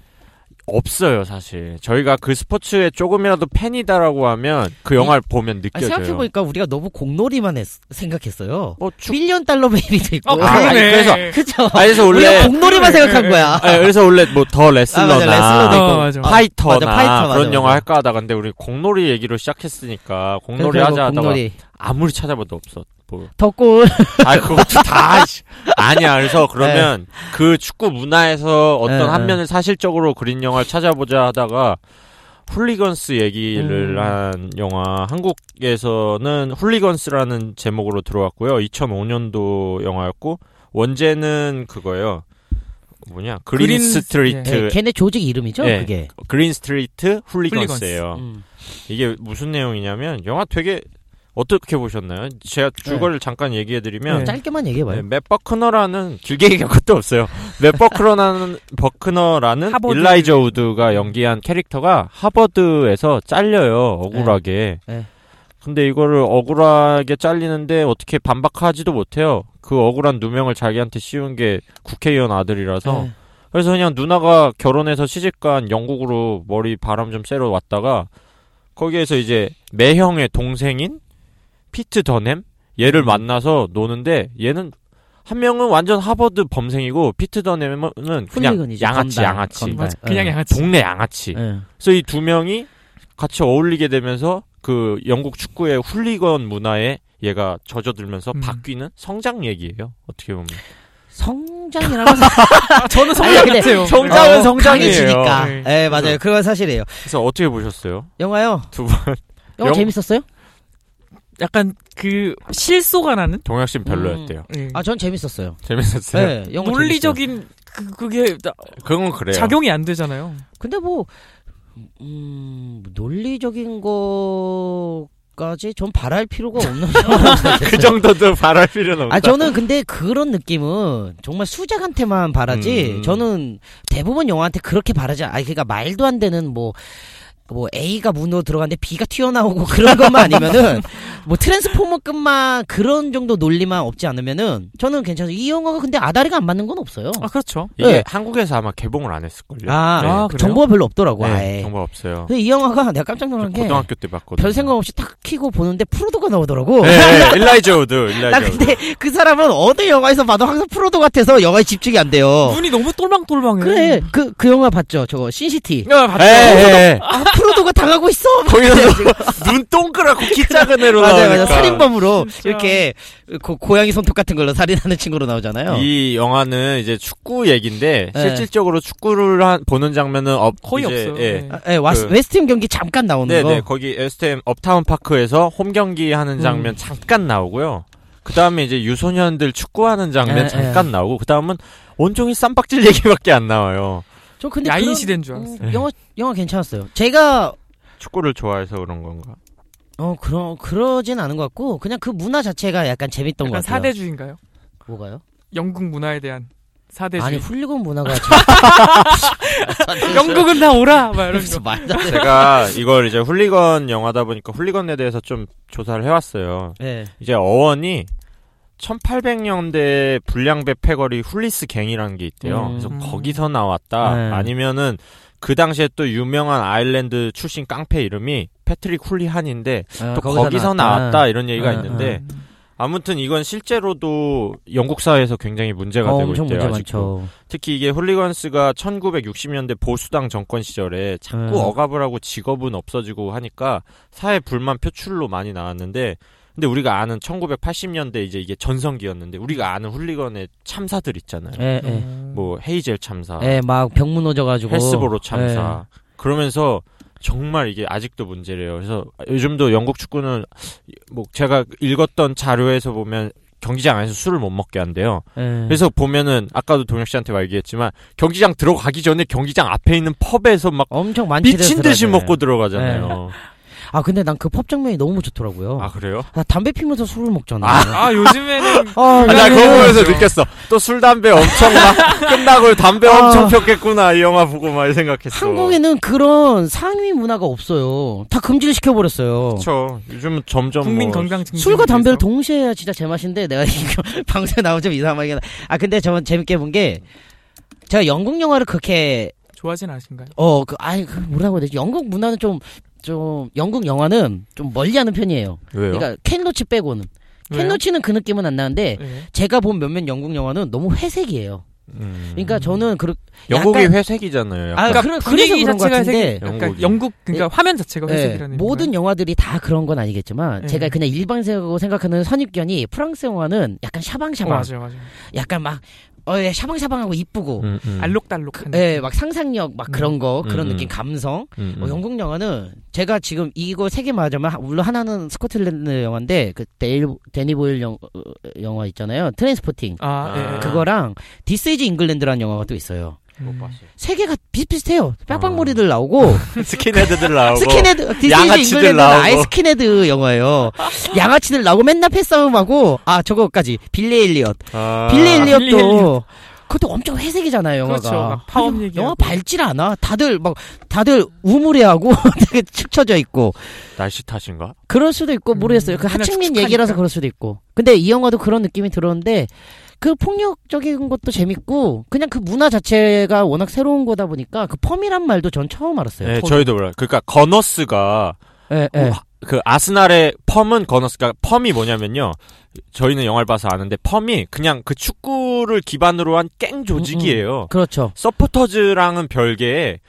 S1: 없어요 사실. 저희가 그 스포츠에 조금이라도 팬이다라고 하면 그 영화를 보면
S3: 아,
S1: 느껴져요.
S3: 생각해보니까 우리가 너무 공놀이만 했, 생각했어요.
S1: 어, 축...
S3: 빌리언 달러 베이비도 있고.
S2: 어,
S1: 아,
S2: 그러네.
S1: 그래서-
S3: 그쵸?
S1: 아, 그래서
S3: 우리가
S1: 원래
S3: 공놀이만
S2: 네,
S3: 생각한
S2: 네,
S3: 거야.
S1: 아, 그래서 원래 뭐 더 레슬러나
S3: 맞아, 레슬러도
S2: 어, 맞아.
S3: 아,
S1: 파이터나
S3: 맞아, 파이터, 맞아,
S1: 그런
S3: 맞아.
S1: 영화 할까 하다가 근데 우리 공놀이 얘기로 시작했으니까 공놀이
S3: 그래서 뭐
S1: 하자 하다가
S3: 공놀이.
S1: 아무리 찾아봐도 없어. 뭐.
S3: 덕골.
S1: 아 그것도 다 씨. 아니야. 그래서 그러면 그 축구 문화에서 어떤
S3: 네,
S1: 한
S3: 네.
S1: 면을 사실적으로 그린 영화를 찾아보자 하다가 훌리건스 얘기를
S2: 음.
S1: 한 영화 한국에서는 훌리건스라는 제목으로 들어왔고요. 2005년도 영화였고 원제는 그거예요. 뭐냐 그린,
S2: 그린 스-
S1: 스트리트
S3: 예, 걔네 조직 이름이죠?
S1: 예.
S3: 그게.
S1: 그린 스트리트 훌리건스예요.
S3: 음.
S1: 이게 무슨 내용이냐면 영화 되게 어떻게 보셨나요? 제가 줄거리를 잠깐 얘기해드리면
S2: 네.
S3: 짧게만 얘기해봐요.
S1: 네, 맷 버크너라는 길게 얘기할 것도 없어요. 맷 버크너라는 버크너라는
S2: 하버드.
S1: 일라이저 우드가 연기한 캐릭터가 하버드에서 잘려요 억울하게.
S3: 네. 네.
S1: 근데 이거를 억울하게 잘리는데 어떻게 반박하지도 못해요. 그 억울한 누명을 자기한테 씌운 게 국회의원 아들이라서
S3: 예.
S1: 그래서 그냥 누나가 결혼해서 시집간 영국으로 머리 바람 좀 쐬러 왔다가 거기에서 이제 매형의 동생인 피트 더넴 얘를
S3: 음.
S1: 만나서 노는데 얘는 한 명은 완전 하버드 범생이고 피트 더넴은 그냥
S3: 훌리건이죠.
S1: 양아치
S3: 건달,
S1: 양아치
S3: 건달.
S2: 맞아. 그냥
S3: 예.
S2: 양아치.
S1: 동네 양아치
S3: 예.
S1: 그래서 이 두 명이 같이 어울리게 되면서 그 영국 축구의 훌리건 문화에 얘가 젖어들면서
S2: 음.
S1: 바뀌는 성장 얘기예요 어떻게 보면
S3: 성장이라고
S2: 저는
S3: 아니,
S2: 성장
S3: 근데
S2: 같아요.
S1: 성장은
S2: 네.
S1: 성- 성장이에요.
S3: 강해지니까.
S2: 네.
S3: 예, 맞아요. 그건 사실이에요.
S1: 그래서 어떻게 보셨어요
S3: 영화요.
S1: 두 분
S3: 영화
S1: 영-
S3: 재밌었어요?
S2: 약간 그 실소가 나는
S1: 동혁 씨는 별로였대요
S2: 예.
S3: 아, 전 재밌었어요.
S1: 재밌었어요.
S3: 예, 영화 재밌어요. 네.
S2: 논리적인 그, 그게 나-
S1: 그건 그래요.
S2: 작용이 안 되잖아요.
S3: 근데 뭐, 음, 논리적인 거까지 전 바랄 필요가 없는
S1: 그 정도도 바랄 필요는 없다.
S3: 아 저는 근데 그런 느낌은 정말 수작한테만 바라지
S1: 음.
S3: 저는 대부분 영화한테 그렇게 바라지 않- 아니 그러니까 말도 안 되는 뭐 뭐 A가 문으로 들어갔는데 B가 튀어나오고 그런 것만 아니면은 뭐 트랜스포머급만 그런 정도 논리만 없지 않으면은 저는 괜찮아요. 이 영화가 근데 아다리가 안 맞는 건 없어요.
S2: 아 그렇죠.
S1: 이게
S3: 네.
S1: 한국에서 아마 개봉을 안 했을걸요.
S3: 아,
S1: 네.
S2: 아, 그래요?
S3: 정보가 별로 없더라고.
S1: 네,
S3: 아예.
S1: 정말 없어요.
S3: 근데 이 영화가 내가 깜짝
S1: 저
S3: 놀란 게 별
S1: 고등학교 때 봤거든요.
S3: 생각 없이 탁 키고 보는데 프로도가 나오더라고.
S1: 네, 네, 일라이저 우드,
S3: 나
S1: 일라이저 우드.
S3: 근데 그 사람은 어느 영화에서 봐도 항상 프로도 같아서 영화에 집중이 안 돼요.
S2: 눈이 너무 똘망똘망해.
S3: 그래 그 그 영화 봤죠 저거 신시티
S2: 야, 봤죠.
S1: 에에에
S3: 아 프로도가 당하고 있어
S1: 예, 거기서 눈 동그랗고 키 작은 애로
S3: 맞아요 맞아요
S1: 나오니까
S3: 살인범으로
S2: 진짜.
S3: 이렇게 고, 고양이 손톱 같은 걸로 살인하는 친구로 나오잖아요
S1: 이 영화는 이제 축구 얘기인데
S3: 네.
S1: 실질적으로 축구를 한, 보는 장면은 없,
S2: 거의
S1: 이제,
S2: 없어요.
S1: 예.
S2: 예.
S3: 아, 예, 와스-
S1: 그-
S3: 웨스트햄 경기 잠깐 나오는
S1: 네,
S3: 거
S1: 네. 거기 에스템 업타운 파크에서 홈 경기 하는 장면
S3: 음.
S1: 잠깐 나오고요. 그 다음에 이제 유소년들 축구하는 장면
S3: 에,
S1: 잠깐 나오고, 그 다음은 온종일 쌈박질 얘기밖에 안 나와요.
S3: 저 근데
S2: 야인
S3: 그런-
S2: 시대인 줄
S3: 어,
S2: 알았어요.
S3: 영화 영화 괜찮았어요 제가
S1: 축구를 좋아해서 그런 건가?
S3: 어 그런 그러진 않은 것 같고 그냥 그 문화 자체가 약간 재밌던 것
S2: 약간
S3: 같아요
S2: 사대주의인가요?
S3: 뭐가요
S2: 영국 문화에 대한 사대주의.
S1: 네,
S3: 아니 훌리건 문화가
S2: 영국은 다 오라 막 이런 거.
S3: 말도 안 돼.
S1: 제가 이걸 이제 훌리건 영화다 보니까 훌리건에 대해서 좀 조사를 해왔어요.
S3: 예.
S1: 이제 어원이 1800년대 불량배 패거리 훌리스 갱이라는 게 있대요.
S3: 음.
S1: 그래서 거기서 나왔다.
S3: 네.
S1: 아니면은 그 당시에 또 유명한 아일랜드 출신 깡패 이름이 패트릭 훌리한인데
S3: 아, 네,
S1: 또 거기서 나왔다, 이런 얘기가 있는데
S2: 음.
S1: 아무튼 이건 실제로도 영국 사회에서 굉장히 문제가
S3: 어,
S1: 되고
S3: 엄청
S1: 있대요.
S3: 문제
S1: 아직도.
S3: 많죠.
S1: 특히 이게 홀리건스가 1960년대 보수당 정권 시절에 자꾸
S3: 음.
S1: 억압을 하고 직업은 없어지고 하니까 사회 불만 표출로 많이 나왔는데 근데 우리가 아는 1980년대 이제 이게 전성기였는데 우리가 아는 홀리건의 참사들 있잖아요.
S3: 예, 예.
S2: 음.
S1: 뭐 헤이젤 참사,
S3: 예, 막 병문 어져가지고. 예, 네.
S1: 헬스보로 참사. 그러면서 정말 이게 아직도 문제래요. 그래서 요즘도 영국 축구는 뭐 제가 읽었던 자료에서 보면 경기장 안에서 술을 못 먹게 한대요.
S3: 예, 예.
S1: 그래서 보면은 아까도 동혁 씨한테 말 얘기했지만 경기장 들어가기 전에 경기장 앞에 있는 펍에서 막
S3: 엄청 많지.
S1: 미친 듯이 먹고 들어가잖아요.
S3: 아, 근데 난 그 펍 장면이 너무 좋더라고요.
S1: 아 그래요?
S3: 나 담배 피면서 술을 먹잖아.
S2: 아 요즘에는
S3: 아,
S1: 아, 나
S2: 그래요?
S1: 그거 보면서
S2: 그렇죠.
S1: 느꼈어. 또 술 담배 엄청 막 끝나고 담배
S3: 아.
S1: 엄청 폈겠구나 이 영화 보고 막 생각했어.
S3: 한국에는 그런 상위 문화가 없어요. 다 금지를 시켜버렸어요.
S1: 그렇죠. 요즘은 점점
S2: 국민
S1: 뭐
S2: 건강 증진
S3: 술과 담배를
S2: 위해서.
S3: 동시에 해야 진짜 제맛인데 내가 이거 방송에 나오면 좀 이상하긴 하다. 아 근데 저는 재밌게 본 게 제가 영국 영화를 그렇게
S2: 좋아하진 않으신가요?
S3: 어 그 아이 그 뭐라고 해야 되지 영국 문화는 좀 좀 영국 영화는 좀 멀리하는 편이에요.
S1: 왜요?
S3: 그러니까 켄로치 빼고는 켄로치는 그 느낌은 안 나는데
S2: 네.
S3: 제가 본 몇몇 영국 영화는 너무 회색이에요.
S1: 음.
S3: 그러니까 저는 그
S1: 영국이
S3: 약간-
S1: 회색이잖아요. 약간.
S3: 아
S2: 그러니까
S3: 그래, 그래서
S2: 분위기
S3: 그런 것
S2: 자체가
S3: 같은데
S2: 회색. 그러니까
S1: 영국이. 뭐
S2: 영국 그러니까 화면 자체가
S3: 예,
S2: 회색이라는
S3: 모든
S2: 건가요?
S3: 영화들이 다 그런 건 아니겠지만
S2: 네.
S3: 제가 그냥 일반적으로 생각하는 선입견이 프랑스 영화는 약간
S2: 어,
S3: 샤방샤방
S2: 맞아요, 맞아요.
S3: 약간 막 어, 예, 샤방샤방하고 이쁘고
S1: 음, 음.
S2: 알록달록한.
S3: 예, 막 상상력 막 그런 거
S1: 음,
S3: 그런
S1: 음.
S3: 느낌 감성
S1: 음, 음.
S3: 어, 영국 영화는 제가 지금 이거 세 개 말하자면 하- 물론 하나는 스코틀랜드 영화인데 그 데일 데니 보일 영, 어, 영화 있잖아요 트랜스포팅
S2: 아, 예, 예.
S1: 아.
S3: 그거랑 디스 이즈 잉글랜드라는 영화가 또 있어요
S2: 음.
S3: 세 개가 비슷비슷해요 빡빡머리들 나오고
S1: 스킨헤드들 나오고
S3: 스킨헤드 디스 이즈
S1: 아. 양아치들
S3: 잉글랜드는
S1: 나오고.
S3: 아예 스킨헤드 영화예요 양아치들 나오고 맨날 패싸움하고 아 저거까지 빌리 엘리엇
S1: 아.
S3: 빌리
S2: 빌리
S3: 엘리엇도
S2: 엘리엇.
S3: 그것도 엄청 회색이잖아요 영화가
S2: 그렇죠. 막 파업
S3: 아니,
S2: 얘기하고.
S3: 영화 밝질 않아 다들 막 다들 우물해하고 되게 축 처져 있고
S1: 날씨 탓인가?
S3: 그럴 수도 있고
S2: 음,
S3: 모르겠어요 그
S2: 그냥
S3: 하층민
S2: 축축하니까.
S3: 얘기라서 그럴 수도 있고 근데 이 영화도 그런 느낌이 들었는데 그 폭력적인 것도 재밌고 그냥 그 문화 자체가 워낙 새로운 거다 보니까 그 펌이란 말도 전 처음 알았어요
S1: 네, 저희도 몰라요. 그러니까 거너스가
S3: 예, 예.
S1: 그 아스날의 펌은 거너스가 펌이 뭐냐면요. 저희는 영화를 봐서 아는데 펌이 그냥 그 축구를 기반으로 한 깽 조직이에요.
S3: 그렇죠
S1: 서포터즈랑은 별개에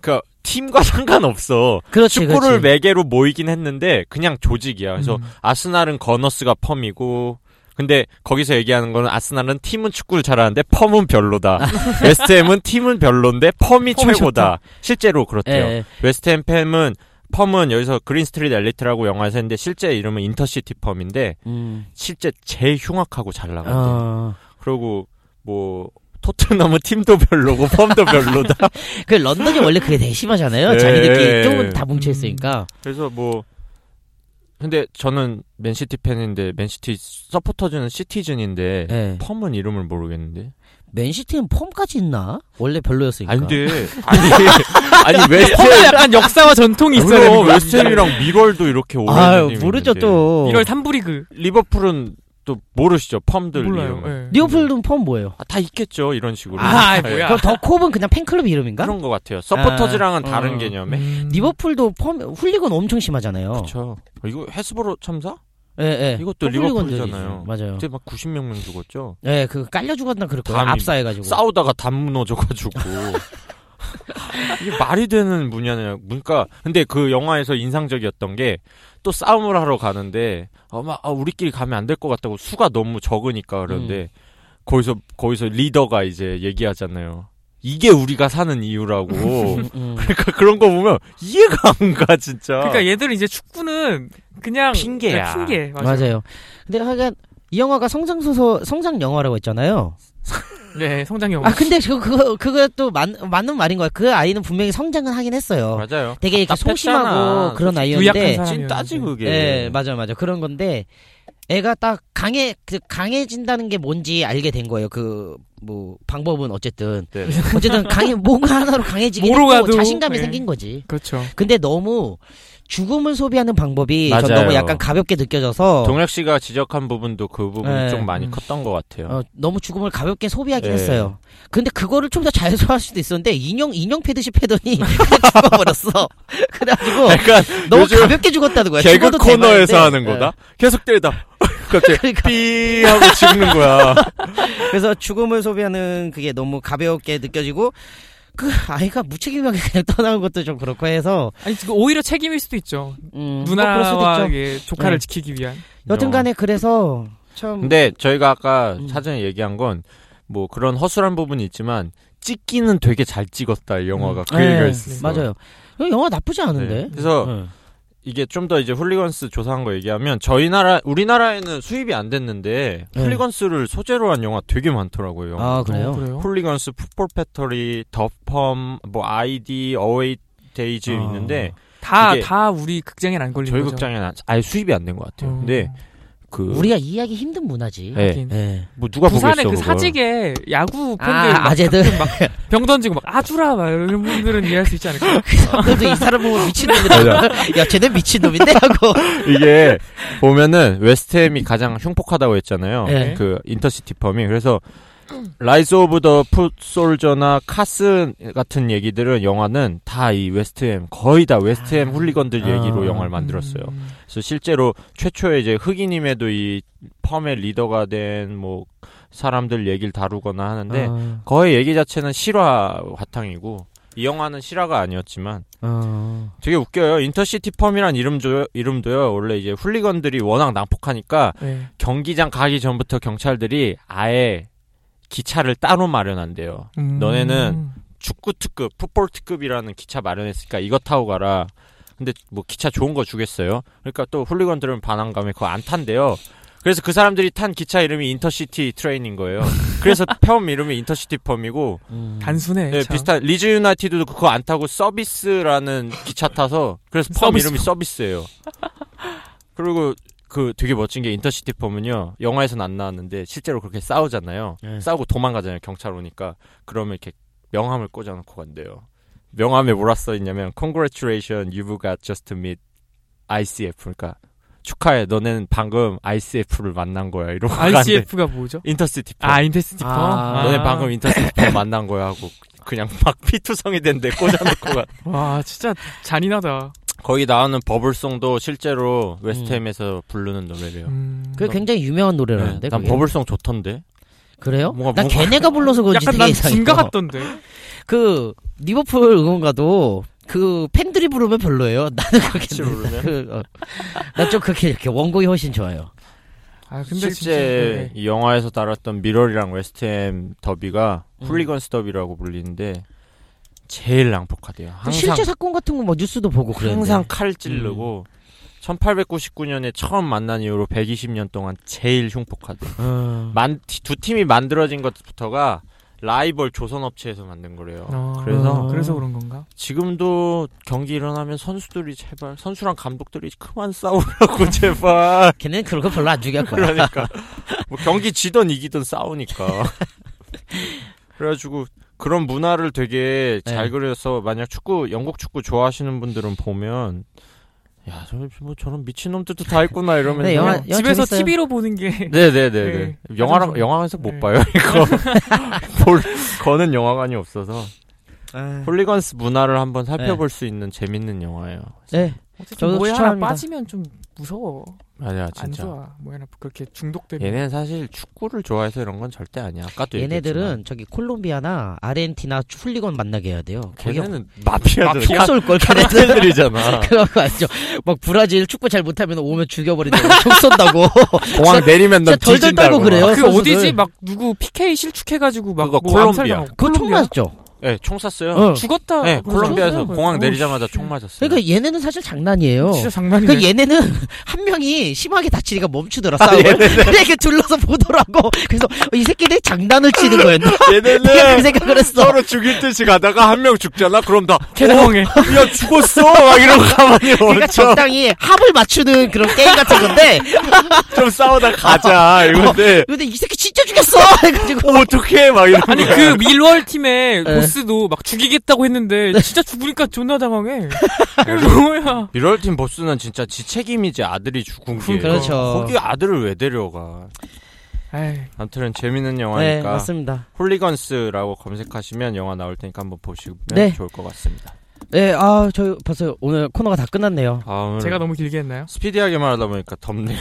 S1: 그 팀과 상관없어.
S3: 그렇지
S1: 축구를
S3: 그렇지.
S1: 매개로 모이긴 했는데 그냥 조직이야. 그래서
S2: 음.
S1: 아스날은 거너스가 펌이고 근데 거기서 얘기하는 거는 아스날은 팀은 축구를 잘하는데 펌은 별로다. 웨스트햄은 팀은 별론데 펌이,
S2: 펌이
S1: 최고다. 실제로 그렇대요.
S3: 예, 예.
S1: 웨스트햄 팸은 펌은 여기서 그린스트리트 엘리트라고 영화에서 했는데 실제 이름은 인터시티 펌인데
S3: 음.
S1: 실제 제일 흉악하고 잘 나간대.
S2: 아.
S1: 요
S3: 어.
S1: 그리고 뭐 토트넘은 팀도 별로고 펌도 별로다.
S3: 그 런던이 원래 그게 되게 심하잖아요
S1: 예,
S3: 자기들끼리
S1: 예.
S3: 조금 다 뭉쳐있으니까
S1: 그래서 뭐 근데 저는 맨시티 팬인데 맨시티 서포터즈는 시티즌인데
S2: 네.
S3: 예.
S1: 펌은 이름을 모르겠는데.
S3: 맨시티는 펌까지 있나? 원래 별로였으니까.
S1: 안
S2: 그러니까.
S1: 돼. 아니 아니 웨스트햄
S2: 펌은 약간 역사와 전통이 있어야 되는
S1: 그럼
S2: 거야.
S1: 웨스트햄이랑 뭐 미럴도 이렇게 오래
S3: 아유,
S1: 있는 팀이
S3: 모르죠
S1: 있는데.
S3: 또.
S2: 1월 3부리그
S1: 리버풀은 또 모르시죠 펌들
S2: 몰라요.
S1: 이름.
S2: 예.
S3: 리오플드는 펌 뭐예요?
S1: 아, 다 있겠죠 이런 식으로.
S2: 아, 아이,
S1: 예.
S2: 뭐야.
S3: 그럼 더콥은 그냥 팬클럽 이름인가?
S1: 그런 것 같아요. 서포터즈랑은
S3: 아,
S1: 다른
S3: 어.
S1: 개념에.
S2: 음.
S3: 리버풀도 펌 훌리건 엄청 심하잖아요.
S1: 그렇죠.
S2: 어.
S1: 이거 헬스보로 참사?
S3: 예, 예.
S1: 이것도
S3: 또 훌리건들이
S1: 리버풀이잖아요.
S3: 맞아요.
S1: 그때 막 90명 명 죽었죠.
S3: 예, 그 깔려 죽었나 그럴 거예요.
S1: 감히
S3: 압사해가지고.
S1: 싸우다가 담 무너져가지고. 이게 말이 되는 분야냐. 그러니까 근데 그 영화에서 인상적이었던 게 또 싸움을 하러 가는데 아마 아, 우리끼리 가면 안 될 것 같다고 수가 너무 적으니까
S2: 음.
S1: 그런데 거기서 거기서 리더가 이제 얘기하잖아요. 이게 우리가 사는 이유라고.
S3: 음, 음.
S1: 그러니까 그런 거 보면 이해가 안 가 진짜.
S2: 그러니까 얘들은 이제 축구는 그냥
S1: 핑계야.
S2: 네, 핑계. 맞아요.
S3: 맞아요. 근데 하여간 이 영화가 성장 소설, 성장 영화라고 했잖아요.
S2: 네, 성장 영화.
S3: 아, 근데 그거, 그거, 그거 또 맞, 맞는 말인 거야. 그 아이는 분명히 성장은 하긴 했어요.
S1: 맞아요.
S3: 되게 이렇게
S1: 답답했잖아.
S3: 소심하고 그런
S2: 유약한
S3: 아이였는데.
S2: 사람.
S1: 찐 따지 그게. 네.
S3: 예, 맞아요, 맞아요. 그런 건데 애가 딱 강해 그 강해진다는 게 뭔지 알게 된 거예요. 그 뭐 방법은 어쨌든
S1: 네.
S3: 어쨌든 강해 뭔가 하나로 강해지긴
S2: 뭐로
S3: 했고
S2: 가도-
S3: 자신감이
S2: 예.
S3: 생긴 거지.
S2: 그렇죠.
S3: 근데 너무 죽음을 소비하는 방법이 전
S1: 맞아요.
S3: 너무 약간 가볍게 느껴져서
S1: 동혁 씨가 지적한 부분도 그 부분이
S3: 예.
S1: 좀 많이
S2: 음.
S1: 컸던 것 같아요.
S3: 어, 너무 죽음을 가볍게 소비하긴
S1: 예.
S3: 했어요. 근데 그거를 좀 더 자연스러워할 수도 있었는데 인형 인형 패듯이 패더니 죽어버렸어. 그래가지고
S1: 약간
S3: 어, 너무
S1: 요즘
S3: 가볍게 죽었다는 거야.
S1: 개그
S3: 죽어도
S1: 코너에서
S3: 대박인데. 어, 예.
S1: 하는 거다. 계속 때리다. 갑자기
S3: 그러니까
S1: 삐 하고 죽는 거야.
S3: 그래서 죽음을 소비하는 그게 너무 가볍게 느껴지고 그 아이가 무책임하게 그냥 떠나는 것도 좀 그렇고 해서
S2: 아니 지금 오히려 책임일 수도 있죠.
S3: 음, 뭐 그럴 수도
S2: 누나와
S3: 있죠.
S2: 이게 조카를
S3: 네.
S2: 지키기 위한.
S1: 어,
S3: 여튼간에 그래서 참
S1: 근데 저희가 아까
S3: 음.
S1: 사전에 얘기한 건 뭐 그런 허술한 부분이 있지만 찍기는 되게 잘 찍었다 이 영화가 그 얘기가
S3: 네,
S1: 있었어.
S3: 맞아요. 이거 영화 나쁘지 않은데.
S1: 네. 그래서
S3: 네.
S1: 이게 좀 더 이제 훌리건스 조사한 거 얘기하면 저희 나라 우리나라에는 수입이 안 됐는데
S3: 네.
S1: 훌리건스를 소재로 한 영화 되게 많더라고요.
S3: 아
S2: 어,
S3: 그래요.
S2: 그래요?
S1: 훌리건스 풋볼 패터리, 더펌, 뭐 아이디, 어웨이 데이즈
S3: 아.
S1: 있는데
S2: 다
S1: 이게-
S2: 다 우리 극장엔 안 걸리는
S1: 저희
S2: 거죠.
S1: 극장에는 아예 수입이 안 된 것 같아요.
S2: 어.
S1: 근데 그
S3: 우리가 이해하기 힘든 문화지.
S1: 예.
S2: 하긴.
S3: 예.
S1: 뭐 누가
S2: 부산의
S1: 보겠어
S2: 그
S1: 그걸.
S2: 사직에 야구 팬들
S3: 아
S2: 막
S3: 아재들
S2: 병 던지고 막 아주라 막 이런 분들은 이해할 수 있지 않을까?
S3: 그래도 이 사람 보면 미친놈이다.
S1: 맞아.
S3: 야 쟤네 미친놈인데 하고.
S1: 이게 보면은 웨스트햄이 가장 흉폭하다고 했잖아요.
S3: 예.
S1: 그 인터시티 펌이 그래서 라이즈 오브 더 풋솔저나 카스 같은 얘기들은 영화는 다 이 웨스트햄 거의 다 웨스트햄
S3: 아.
S1: 훌리건들 얘기로
S3: 아.
S1: 영화를 만들었어요.
S2: 음.
S1: 그래서 실제로 최초에 이제 흑인임에도 이 펌의 리더가 된 뭐 사람들 얘기를 다루거나 하는데
S3: 어,
S1: 거의 얘기 자체는 실화 바탕이고 이 영화는 실화가 아니었지만
S3: 어.
S1: 되게 웃겨요. 인터시티 펌이란 이름도, 이름도요. 원래 이제 훌리건들이 워낙 난폭하니까
S2: 네.
S1: 경기장 가기 전부터 경찰들이 아예 기차를 따로 마련한대요.
S2: 음.
S1: 너네는 축구 특급, 풋볼 특급이라는 기차 마련했으니까 이거 타고 가라. 근데 뭐 기차 좋은 거 주겠어요? 그러니까 또 훌리건들은 반항감에 그거 안 탄대요. 그래서 그 사람들이 탄 기차 이름이 인터시티 트레인인 거예요. 그래서 펌 이름이 인터시티 펌이고
S3: 음.
S2: 단순해.
S1: 네,
S2: 참.
S1: 비슷한 리즈 유나이티드도 그거 안 타고 서비스라는 기차 타서 그래서 펌
S2: 서비스.
S1: 이름이 서비스예요. 그리고 그 되게 멋진 게 인터시티 펌은요 영화에선 안 나왔는데 실제로 그렇게 싸우잖아요.
S3: 네.
S1: 싸우고 도망가잖아요 경찰 오니까 그러면 이렇게 명함을 꽂아놓고 간대요. 명함에 뭐라 써있냐면 Congratulations, you've got just to meet ICF. 그러니까 축하해, 너네는 방금 ICF를 만난 거야. 이러고 간대.
S2: ICF가 뭐죠?
S1: 인터시티 펌.
S2: 아 인테스티퍼.
S3: 아.
S1: 너네 방금 인터셉터 만난 거야 하고 그냥 막 피투성이 된데 꽂아놓고 가.
S2: 와 진짜 잔인하다.
S1: 거기 나오는 버블송도 실제로 웨스트햄에서 부르는 노래래요. 네.
S2: 음.
S3: 그게 굉장히 유명한 노래라는데.
S1: 난
S3: 그게.
S1: 버블송 좋던데.
S3: 그래요?
S1: 뭔가-
S3: 난
S1: 뭔가-
S3: 걔네가 불러서 그런지
S2: 약간
S3: 되게
S2: 난
S3: 이상해.
S2: 진가 같던데.
S3: 그 리버풀 응원가도 그 팬들이 부르면 별로예요. 나는
S1: 같이
S3: 그렇게 어.
S1: 부르면?
S3: 난좀 그렇게 이렇게 원곡이 훨씬 좋아요.
S2: 아 근데
S1: 실제
S2: 진짜, 네.
S1: 이 영화에서 다뤘던 미럴이랑 웨스트햄 더비가
S3: 음.
S1: 훌리건스 더비라고 불리는데 제일 낭폭하대요. 항상
S3: 실제 사건 같은 거 뭐 뉴스도 보고 그랬는데.
S1: 항상 칼 찌르고 1899년에 처음 만난 이후로 120년 동안 제일 흉폭하대.
S3: 음.
S1: 만, 두 팀이 만들어진 것부터가 라이벌 조선업체에서 만든 거래요.
S3: 음.
S2: 어,
S1: 그래서-
S2: 그래서 그런 건가?
S1: 지금도 경기 일어나면 선수들이 제발 선수랑 감독들이 그만 싸우라고 제발
S3: 걔네는 그런 거 별로 안 중요할 거야.
S1: 그러니까 뭐 경기 지던 이기던 싸우니까 그래가지고 그런 문화를 되게 잘
S3: 네.
S1: 그려서 만약 축구 영국 축구 좋아하시는 분들은 보면 야 저, 뭐 저런 미친 놈들도 다 있구나 이러면서
S3: 네, 영화- 영화
S2: 집에서
S3: 재밌어요.
S2: TV로 보는 게
S1: 네네네네.
S2: 네.
S1: 영화랑
S2: 가장
S1: 영화관에서 못
S2: 네.
S1: 봐요 이거. 볼 거는 영화관이 없어서
S3: 네.
S1: 아. 홀리건스 문화를 한번 살펴볼 수 있는 재밌는 영화예요.
S3: 네.
S2: 어쨌든
S3: 저도
S2: 뭐에 하나
S3: 추천합니다.
S2: 빠지면 좀 무서워.
S1: 맞아
S2: 안
S1: 진짜.
S2: 좋아. 뭐에 하나 그렇게
S3: 예.
S2: 중독되면.
S1: 얘네는 사실 축구를 좋아해서 이런 건 절대 아니야. 아까도
S3: 얘네들은 저기 콜롬비아나 아르헨티나 훌리건 만나게 해야 돼요.
S1: 얘기했지만.
S3: 거기
S1: 걔네는 마피아들
S3: 마피아 쏠걸 걔네들.
S1: 걔네들이잖아.
S3: 그런 거 알죠? 막 브라질 축구 잘 못하면 오면 죽여버린다고 총 쏜다고.
S1: 공항 내리면 넌
S3: 진짜 덜덜
S1: 뒤진다고. 아,
S3: 떨고 그래요.
S2: 그
S3: 선수들.
S2: 어디지? 막 누구 PK 실축해가지고 막
S1: 그거
S2: 뭐
S1: 콜롬비아.
S2: 암살당하고.
S3: 그거 총
S2: 콜롬비아?
S3: 맞죠?
S1: 네, 총 쐈어요.
S3: 어.
S2: 죽었다.
S1: 네,
S2: 그러잖아요.
S1: 콜롬비아에서
S2: 그거.
S1: 공항
S2: 어,
S1: 내리자마자
S2: 씨.
S1: 총 맞았어요.
S3: 그러니까 얘네는 사실 장난이에요.
S2: 진짜 장난이네.
S3: 그 얘네는 한 명이 심하게 다치니까 멈추더라
S1: 아,
S3: 싸움을
S1: 얘네는-
S3: 그래 이렇게 둘러서 보더라고 그래서 어, 이 새끼들이 장난을 치는 거였나 내가 그
S1: 얘네는
S3: 생각을 했어
S1: 서로 죽일 듯이 가다가 한 명 죽잖아. 그럼 다
S2: 개당황해.
S3: 어.
S1: 야 죽었어 막 이러고 가만히
S3: 그러니까
S1: 멈춰
S3: 적당히 합을 맞추는 그런 게임 같은 건데
S1: 좀 싸우다 가자 이건데
S3: 근데 이 새끼 진짜 죽였어 해가지고
S1: 어떻게 막 이런
S2: 아니 그 밀월 팀의
S3: 네.
S2: 보스도 막 죽이겠다고 했는데 진짜 죽으니까 존나 당황해. 그, 뭐야?
S1: 이럴 팀 보스는 진짜 지 책임이지 아들이 죽은 게
S3: 그렇죠.
S1: 거기 아들을 왜 데려가
S2: 에이,
S1: 아무튼 재밌는
S3: 네
S1: 영화니까
S3: 맞습니다
S1: 홀리건스라고 검색하시면 영화 나올 테니까 한번 보시면
S3: 네.
S1: 좋을 것 같습니다
S3: 네, 아, 저 벌써 오늘 코너가 다 끝났네요.
S1: 아, 오늘
S2: 제가 너무 길게 했나요?
S4: 스피디하게 말하다 보니까 덥네요.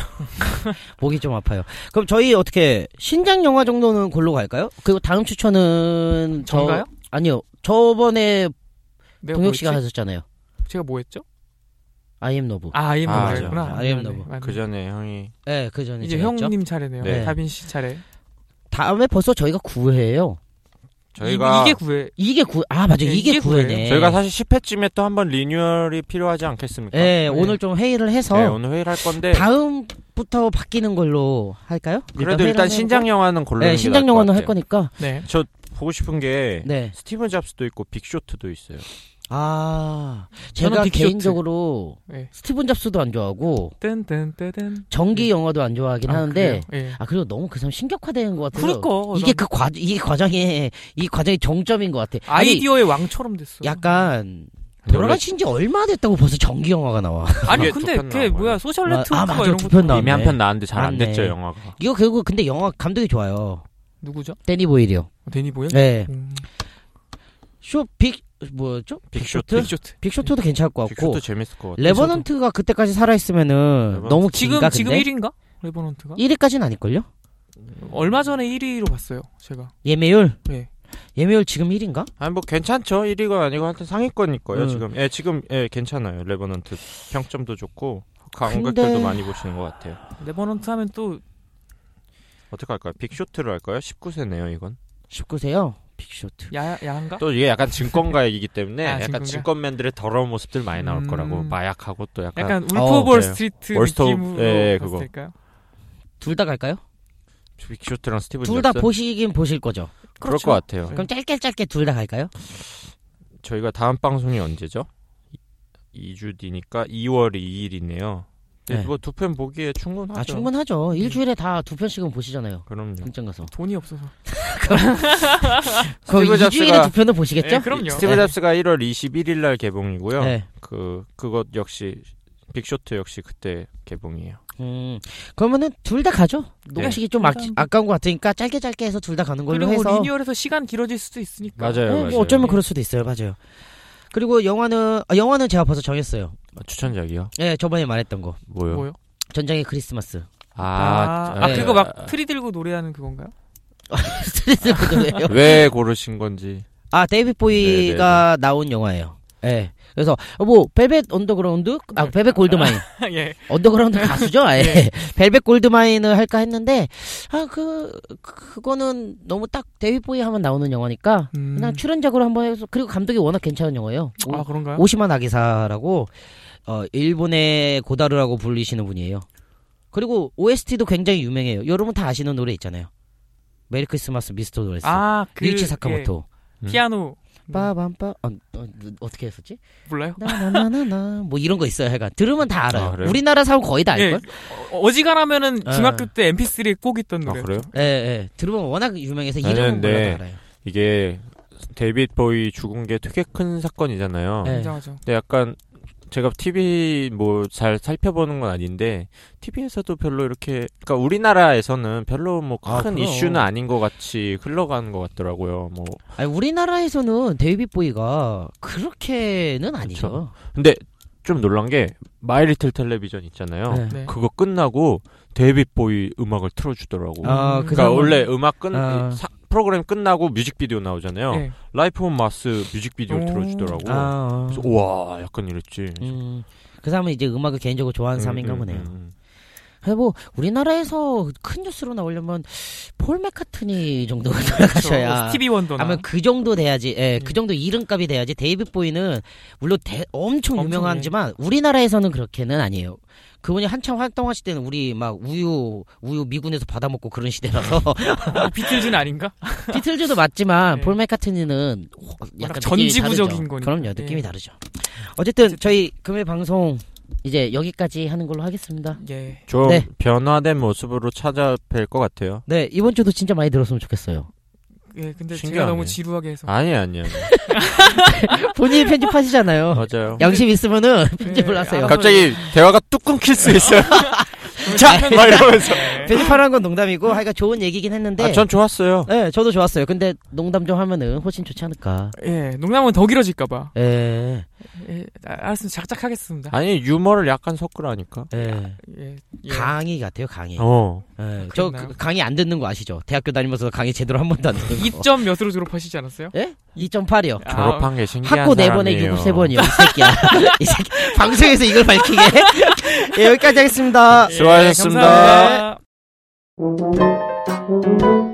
S3: 목이 좀 아파요. 그럼 저희 어떻게 신작 영화 정도는 골로 갈까요? 그리고 다음 추천은 저
S2: 전가요?
S3: 아니요. 저번에
S2: 내가 뭐
S3: 동혁 씨가
S2: 했지?
S3: 하셨잖아요.
S2: 제가 뭐 했죠?
S3: 아이엠 너브.
S2: 아, 아이엠
S4: 아,
S2: 너브 했구나.
S3: 맞아. 아이엠
S2: 미안해.
S3: 너브.
S2: 맞네.
S4: 그 전에 형이
S3: 네, 그 전에
S2: 이제
S3: 제가 했죠.
S2: 형님 차례네요.
S4: 네.
S2: 다빈 씨 차례.
S3: 다음에 벌써 저희가 9회예요.
S4: 저희가
S2: 이, 게 구해.
S3: 이게 9 아, 맞아.
S2: 네,
S3: 요 이게
S2: 이게
S3: 9회네.
S2: 구회예요.
S1: 저희가 사실 10회쯤에 또 한번 리뉴얼이 필요하지 않겠습니까?
S3: 네, 오늘 좀 회의를 해서
S1: 네, 오늘 회의를 할 건데
S3: 다음부터 바뀌는 걸로 할까요?
S1: 그래도 일단
S3: 회의를
S1: 신작 영화는
S3: 하는 거-
S1: 고르는
S3: 네,
S1: 게
S3: 신작
S1: 나을
S3: 영화는
S1: 것
S3: 할
S1: 같아요.
S3: 거니까.
S2: 네.
S1: 보고 싶은 게
S3: 네.
S1: 스티븐 잡스도 있고 빅쇼트도 있어요.
S3: 아,
S2: 저는
S3: 제가
S2: 빅쇼트.
S3: 개인적으로
S2: 네.
S3: 스티븐 잡스도 안 좋아하고
S2: 뜬뜬뜬뜬.
S3: 전기 영화도 안 좋아하긴 하는데
S2: 예.
S3: 아 그리고 너무 그 사람 신격화되는 것 같아서
S2: 그럴거
S3: 이게 그 과, 이 과정의 이 과정의 정점인 것 같아. 아니,
S2: 아이디어의 왕처럼 됐어.
S3: 약간 돌아가신 지 얼마 됐다고 벌써 전기 영화가 나와.
S2: 아니
S1: 이게
S2: 근데
S1: 두
S2: 그게
S1: 편
S2: 뭐야
S1: 나와요.
S2: 소셜
S3: 아,
S2: 네트워크가
S3: 아, 맞아.
S2: 이런
S3: 두
S2: 것도
S3: 편 나와.
S1: 이미 한 편 나왔는데 잘 안
S3: 맞네.
S1: 됐죠 영화가.
S3: 이거 결국 근데 영화 감독이 좋아요.
S2: 누구죠? 어,
S3: 데니 보일이요.
S2: 데니 보일?
S3: 네.
S2: 음,
S3: 쇼빅 뭐였죠?
S1: 빅쇼트.
S2: 빅쇼트.
S3: 빅쇼트도 괜찮을 것 같고
S1: 빅쇼트 재밌을 것 같아.
S3: 레버넌트가 그때까지 살아 있으면은
S1: 레버넌트.
S3: 너무
S2: 지금
S3: 긴가
S2: 지금
S3: 근데
S2: 1위인가? 레버넌트가?
S3: 1위까지는 아닐 걸요?
S2: 얼마 전에 1위로 봤어요. 제가.
S3: 예매율
S2: 네.
S3: 예매율 지금 1인가?
S1: 아니 뭐 괜찮죠. 1위가 아니고 하여튼 상위권일 거예요
S3: 음.
S1: 지금. 예 지금 예 괜찮아요. 레버넌트 평점도 좋고
S3: 근데-
S1: 관객들도 많이 보시는 것 같아요.
S2: 레버넌트 하면 또
S1: 어떻게 할까요? 빅쇼트를 할까요? 19세네요 이건.
S3: 19세요. 빅쇼트.
S2: 야, 야한가?
S1: 또 이게 약간 증권가 얘기기 때문에
S2: 아,
S1: 약간
S2: 증권가?
S1: 증권맨들의 더러운 모습들 많이 나올
S2: 음.
S1: 거라고 마약하고 또 약간,
S2: 약간 울프
S3: 어,
S2: 오브 월
S1: 네.
S2: 스트리트
S1: 월스트 오브-
S2: 느낌으로
S1: 예,
S2: 봤을
S1: 그거.
S2: 때일까요?
S3: 둘 다 갈까요?
S1: 빅쇼트랑 네. 스티븐
S3: 둘 다
S1: 잡스?
S3: 보시긴 그렇죠. 보실 거죠.
S1: 그럴
S2: 그렇죠.
S1: 것 같아요.
S3: 그럼 짧게 짧게 둘 다 갈까요?
S1: 저희가 다음 방송이 언제죠? 2주 뒤니까 2월 2일이네요.
S3: 네.
S1: 뭐두편 보기에 충분하죠. 네.
S3: 아 충분하죠. 일주일에 다 두 편씩은 보시잖아요.
S1: 그럼요.
S3: 극장 가서.
S2: 돈이 없어서.
S3: 그럼
S1: 스티브
S3: 일주일에
S1: 잡스가-
S3: 두 편은 보시겠죠?
S2: 예, 그럼요.
S1: 스티브
S3: 네.
S1: 잡스가 1월 21일 날 개봉이고요.
S3: 네.
S1: 그 그것 역시 빅쇼트 역시 그때 개봉이에요.
S3: 음. 그러면은 둘 다 가죠.
S1: 네.
S3: 녹음식이 좀 아,
S2: 일단-
S3: 아까운 것 같으니까 짧게 짧게 해서 둘 다 가는 걸로
S2: 그리고
S3: 해서.
S2: 리뉴얼에서 시간 길어질 수도 있으니까.
S1: 맞아요,
S3: 네,
S1: 맞아요.
S3: 뭐 어쩌면 그럴 수도 있어요. 맞아요. 그리고 영화는 아, 영화는 제가 벌써 정했어요.
S1: 아, 추천작이요?
S3: 예, 저번에 말했던 거.
S1: 뭐요?
S2: 뭐요?
S3: 전장의 크리스마스.
S2: 아, 아,
S1: 예.
S3: 네.
S2: 그거 막 트리 들고 노래하는 그건가요?
S3: 스트레스 받으네요.
S1: 왜 고르신 건지.
S3: 아,
S1: 네,
S3: 데이비 보이가 나온 영화예요. 예. 그래서 뭐 벨벳 언더그라운드 아 벨벳 골드마인
S2: 예.
S3: 언더그라운드 가수죠 아예
S1: 네.
S3: 벨벳 골드마인을 할까 했는데 아 그 그거는 너무 딱 데뷔보이 하면 나오는 영화니까
S2: 음.
S3: 그냥 출연작으로 한번 해서 그리고 감독이 워낙 괜찮은 영화예요 오,
S2: 아, 그런가요?
S3: 오시마 나기사라고 어 일본의 고다르라고 불리시는 분이에요 그리고 OST도 굉장히 유명해요 여러분 다 아시는 노래 있잖아요 메리 크리스마스 미스터 노레스
S2: 아, 그
S3: 리치 사카모토
S2: 예, 피아노 음,
S3: 빠밤빠 어, 어, 어떻게 했었지
S2: 몰라요?
S3: 음. 나나나나나 뭐 이런 거 있어요 약간 들으면 다 알아요
S1: 아, 그래요?
S3: 우리나라 사람 거의 다
S2: 예.
S3: 알걸
S2: 어, 어지간하면은
S3: 아.
S2: 중학교 때 MP3에 꼭 있던
S1: 아
S2: 노래.
S1: 그래요?
S3: 예, 예. 들으면 워낙 유명해서
S1: 아니,
S2: 네.
S3: 이름은
S1: 근데
S3: 몰라도 알아요.
S1: 이게 데이빗 보이 죽은 게 되게 큰 사건이잖아요.
S3: 네.
S2: 예. 인정하죠.
S1: 근데 약간 제가 TV 뭐 잘 살펴보는 건 아닌데 TV에서도 별로 이렇게 그러니까 우리나라에서는 별로 뭐
S3: 아,
S1: 큰
S3: 그럼.
S1: 이슈는 아닌 것 같이 흘러가는 것 같더라고요. 뭐
S3: 아니, 우리나라에서는 데이비 보이가 그렇게는 아니죠.
S1: 근데 좀 놀란 게 마이리틀 텔레비전 있잖아요.
S3: 네.
S2: 네.
S1: 그거 끝나고 데이빗 보이 음악을 틀어주더라고.
S3: 아,
S2: 음.
S3: 그
S1: 그러니까
S3: 사람은-
S1: 원래 음악 끝
S3: 아.
S1: 사- 프로그램 끝나고 뮤직비디오 나오잖아요.
S2: 예.
S1: 라이프 온 마스 뮤직비디오를
S2: 오.
S1: 틀어주더라고.
S3: 아, 아.
S1: 그래서 우와 약간 이랬지.
S3: 음, 그 사람은 이제 음악을 개인적으로 좋아하는
S1: 음,
S3: 사람인가
S1: 음,
S3: 보네요.
S1: 음.
S3: 그래서 뭐 우리나라에서 큰 뉴스로 나오려면 폴 맥카트니 정도 돌아가셔야.
S2: 어, 그렇죠. 스티비 원더나.
S3: 아마 그 정도 돼야지, 예,
S2: 음.
S3: 그 정도 이름값이 돼야지. 데이비 보이는 물론 대- 엄청,
S2: 엄청
S3: 유명하지만 우리나라에서는 그렇게는 아니에요. 그분이 한참 활동하실 때는 우리 막 우유 우유 미군에서 받아먹고 그런 시대라서
S2: 어, 비틀즈는 아닌가?
S3: 비틀즈도 맞지만
S2: 예.
S3: 볼 맥카트니는 호-
S2: 약간
S3: 약간
S2: 전지구적인
S3: 느낌이 다르죠.
S2: 거니까.
S3: 그럼요,
S2: 예.
S3: 느낌이 다르죠. 어쨌든 저희 금일 방송 이제 여기까지 하는 걸로 하겠습니다.
S2: 예.
S1: 좀
S3: 네.
S1: 변화된 모습으로 찾아뵐 것 같아요.
S3: 네, 이번 주도 진짜 많이 들었으면 좋겠어요.
S2: 예. 근데 제가
S1: 신기하네.
S2: 너무 지루하게 해서
S1: 아니 아니요.
S3: 본인이 편집하시잖아요.
S1: 맞아요.
S3: 양심 있으면은
S2: 어, 예,
S3: 편집을 하세요.
S2: 알아서
S1: 갑자기 대화가 뚝 끊길 수 있어요.
S3: 자,
S1: 막 이러면서.
S2: 예.
S3: 편집하라는 건 농담이고 하여간 좋은 얘기긴 했는데
S1: 아, 전 좋았어요.
S3: 네, 저도 좋았어요. 근데 농담 좀 하면은 훨씬 좋지 않을까.
S2: 예, 농담은 더 길어질까봐.
S3: 예.
S2: 예, 아, 알았으면 작작하겠습니다.
S1: 아니 유머를 약간 섞으라니까.
S3: 예.
S2: 예, 예.
S3: 강의 같아요, 강의.
S1: 어.
S3: 예, 저
S2: 그랬나요?
S3: 그 강의 안 듣는 거 아시죠? 대학교 다니면서 강의 제대로 한 번도 안 듣는 거.
S2: 2점 몇으로 졸업하시지 않았어요?
S3: 2.8이요.
S2: 아,
S1: 졸업한 게 신기한
S3: 학고 네 번에
S1: 사람이에요.
S3: 유급 세 번이요. 이 새끼야. 이 새끼. 방송에서 이걸 밝히게. 예, 여기까지 하겠습니다.
S1: 수고하셨습니다.
S2: 감사합니다.
S5: Thank